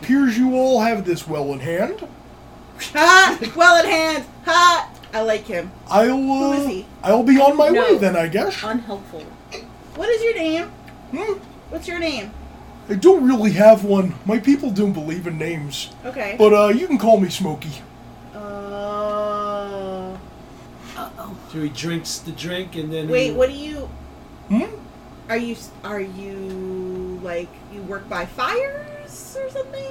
S2: appears you all have this well in hand.
S3: Ha! Well at hand. Ha! I like him.
S2: I'll, uh,
S3: is he?
S2: I'll be on my
S4: No.
S2: way then, I guess.
S4: Unhelpful.
S3: What is your name?
S2: Hmm?
S3: What's your name?
S2: I don't really have one. My people don't believe in names.
S3: Okay.
S2: But uh, you can call me Smokey.
S3: Uh,
S5: So he drinks the drink and then.
S3: wait, what do you?
S2: Hmm?
S3: Are you? Are you like you work by fires or something?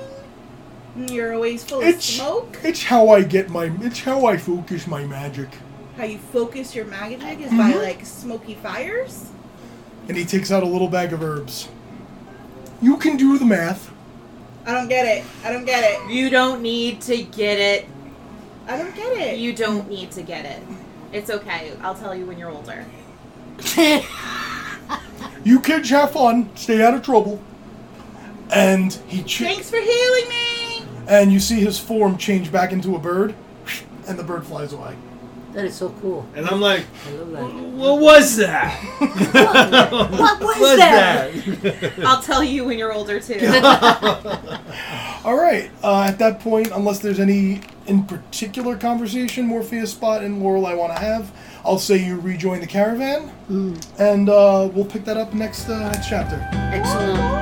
S3: You're always full of
S2: It's
S3: smoke.
S2: It's how I get my. It's how I focus my magic.
S3: How you focus your magic is by
S2: Mhm.
S3: like smoky fires.
S2: And he takes out a little bag of herbs. You can do the math.
S3: I don't get it. I don't get it.
S4: You don't need to get it.
S3: I don't get it.
S4: You don't need to get it. It's okay. I'll tell you when you're older.
S2: You kids have fun. Stay out of trouble. And he ch-
S3: Thanks for healing me.
S2: and you see his form change back into a bird, and the bird flies away.
S7: That is so cool.
S5: And I'm like,
S7: I love that.
S5: what was that?
S6: What was,
S5: was
S6: that?
S5: that?
S4: I'll tell you when you're older too.
S2: All right. Uh, at that point, unless there's any in particular conversation Morpheus, Spot, and Laurel I want to have, I'll say you rejoin the caravan, and uh, we'll pick that up next uh, next chapter.
S6: Excellent.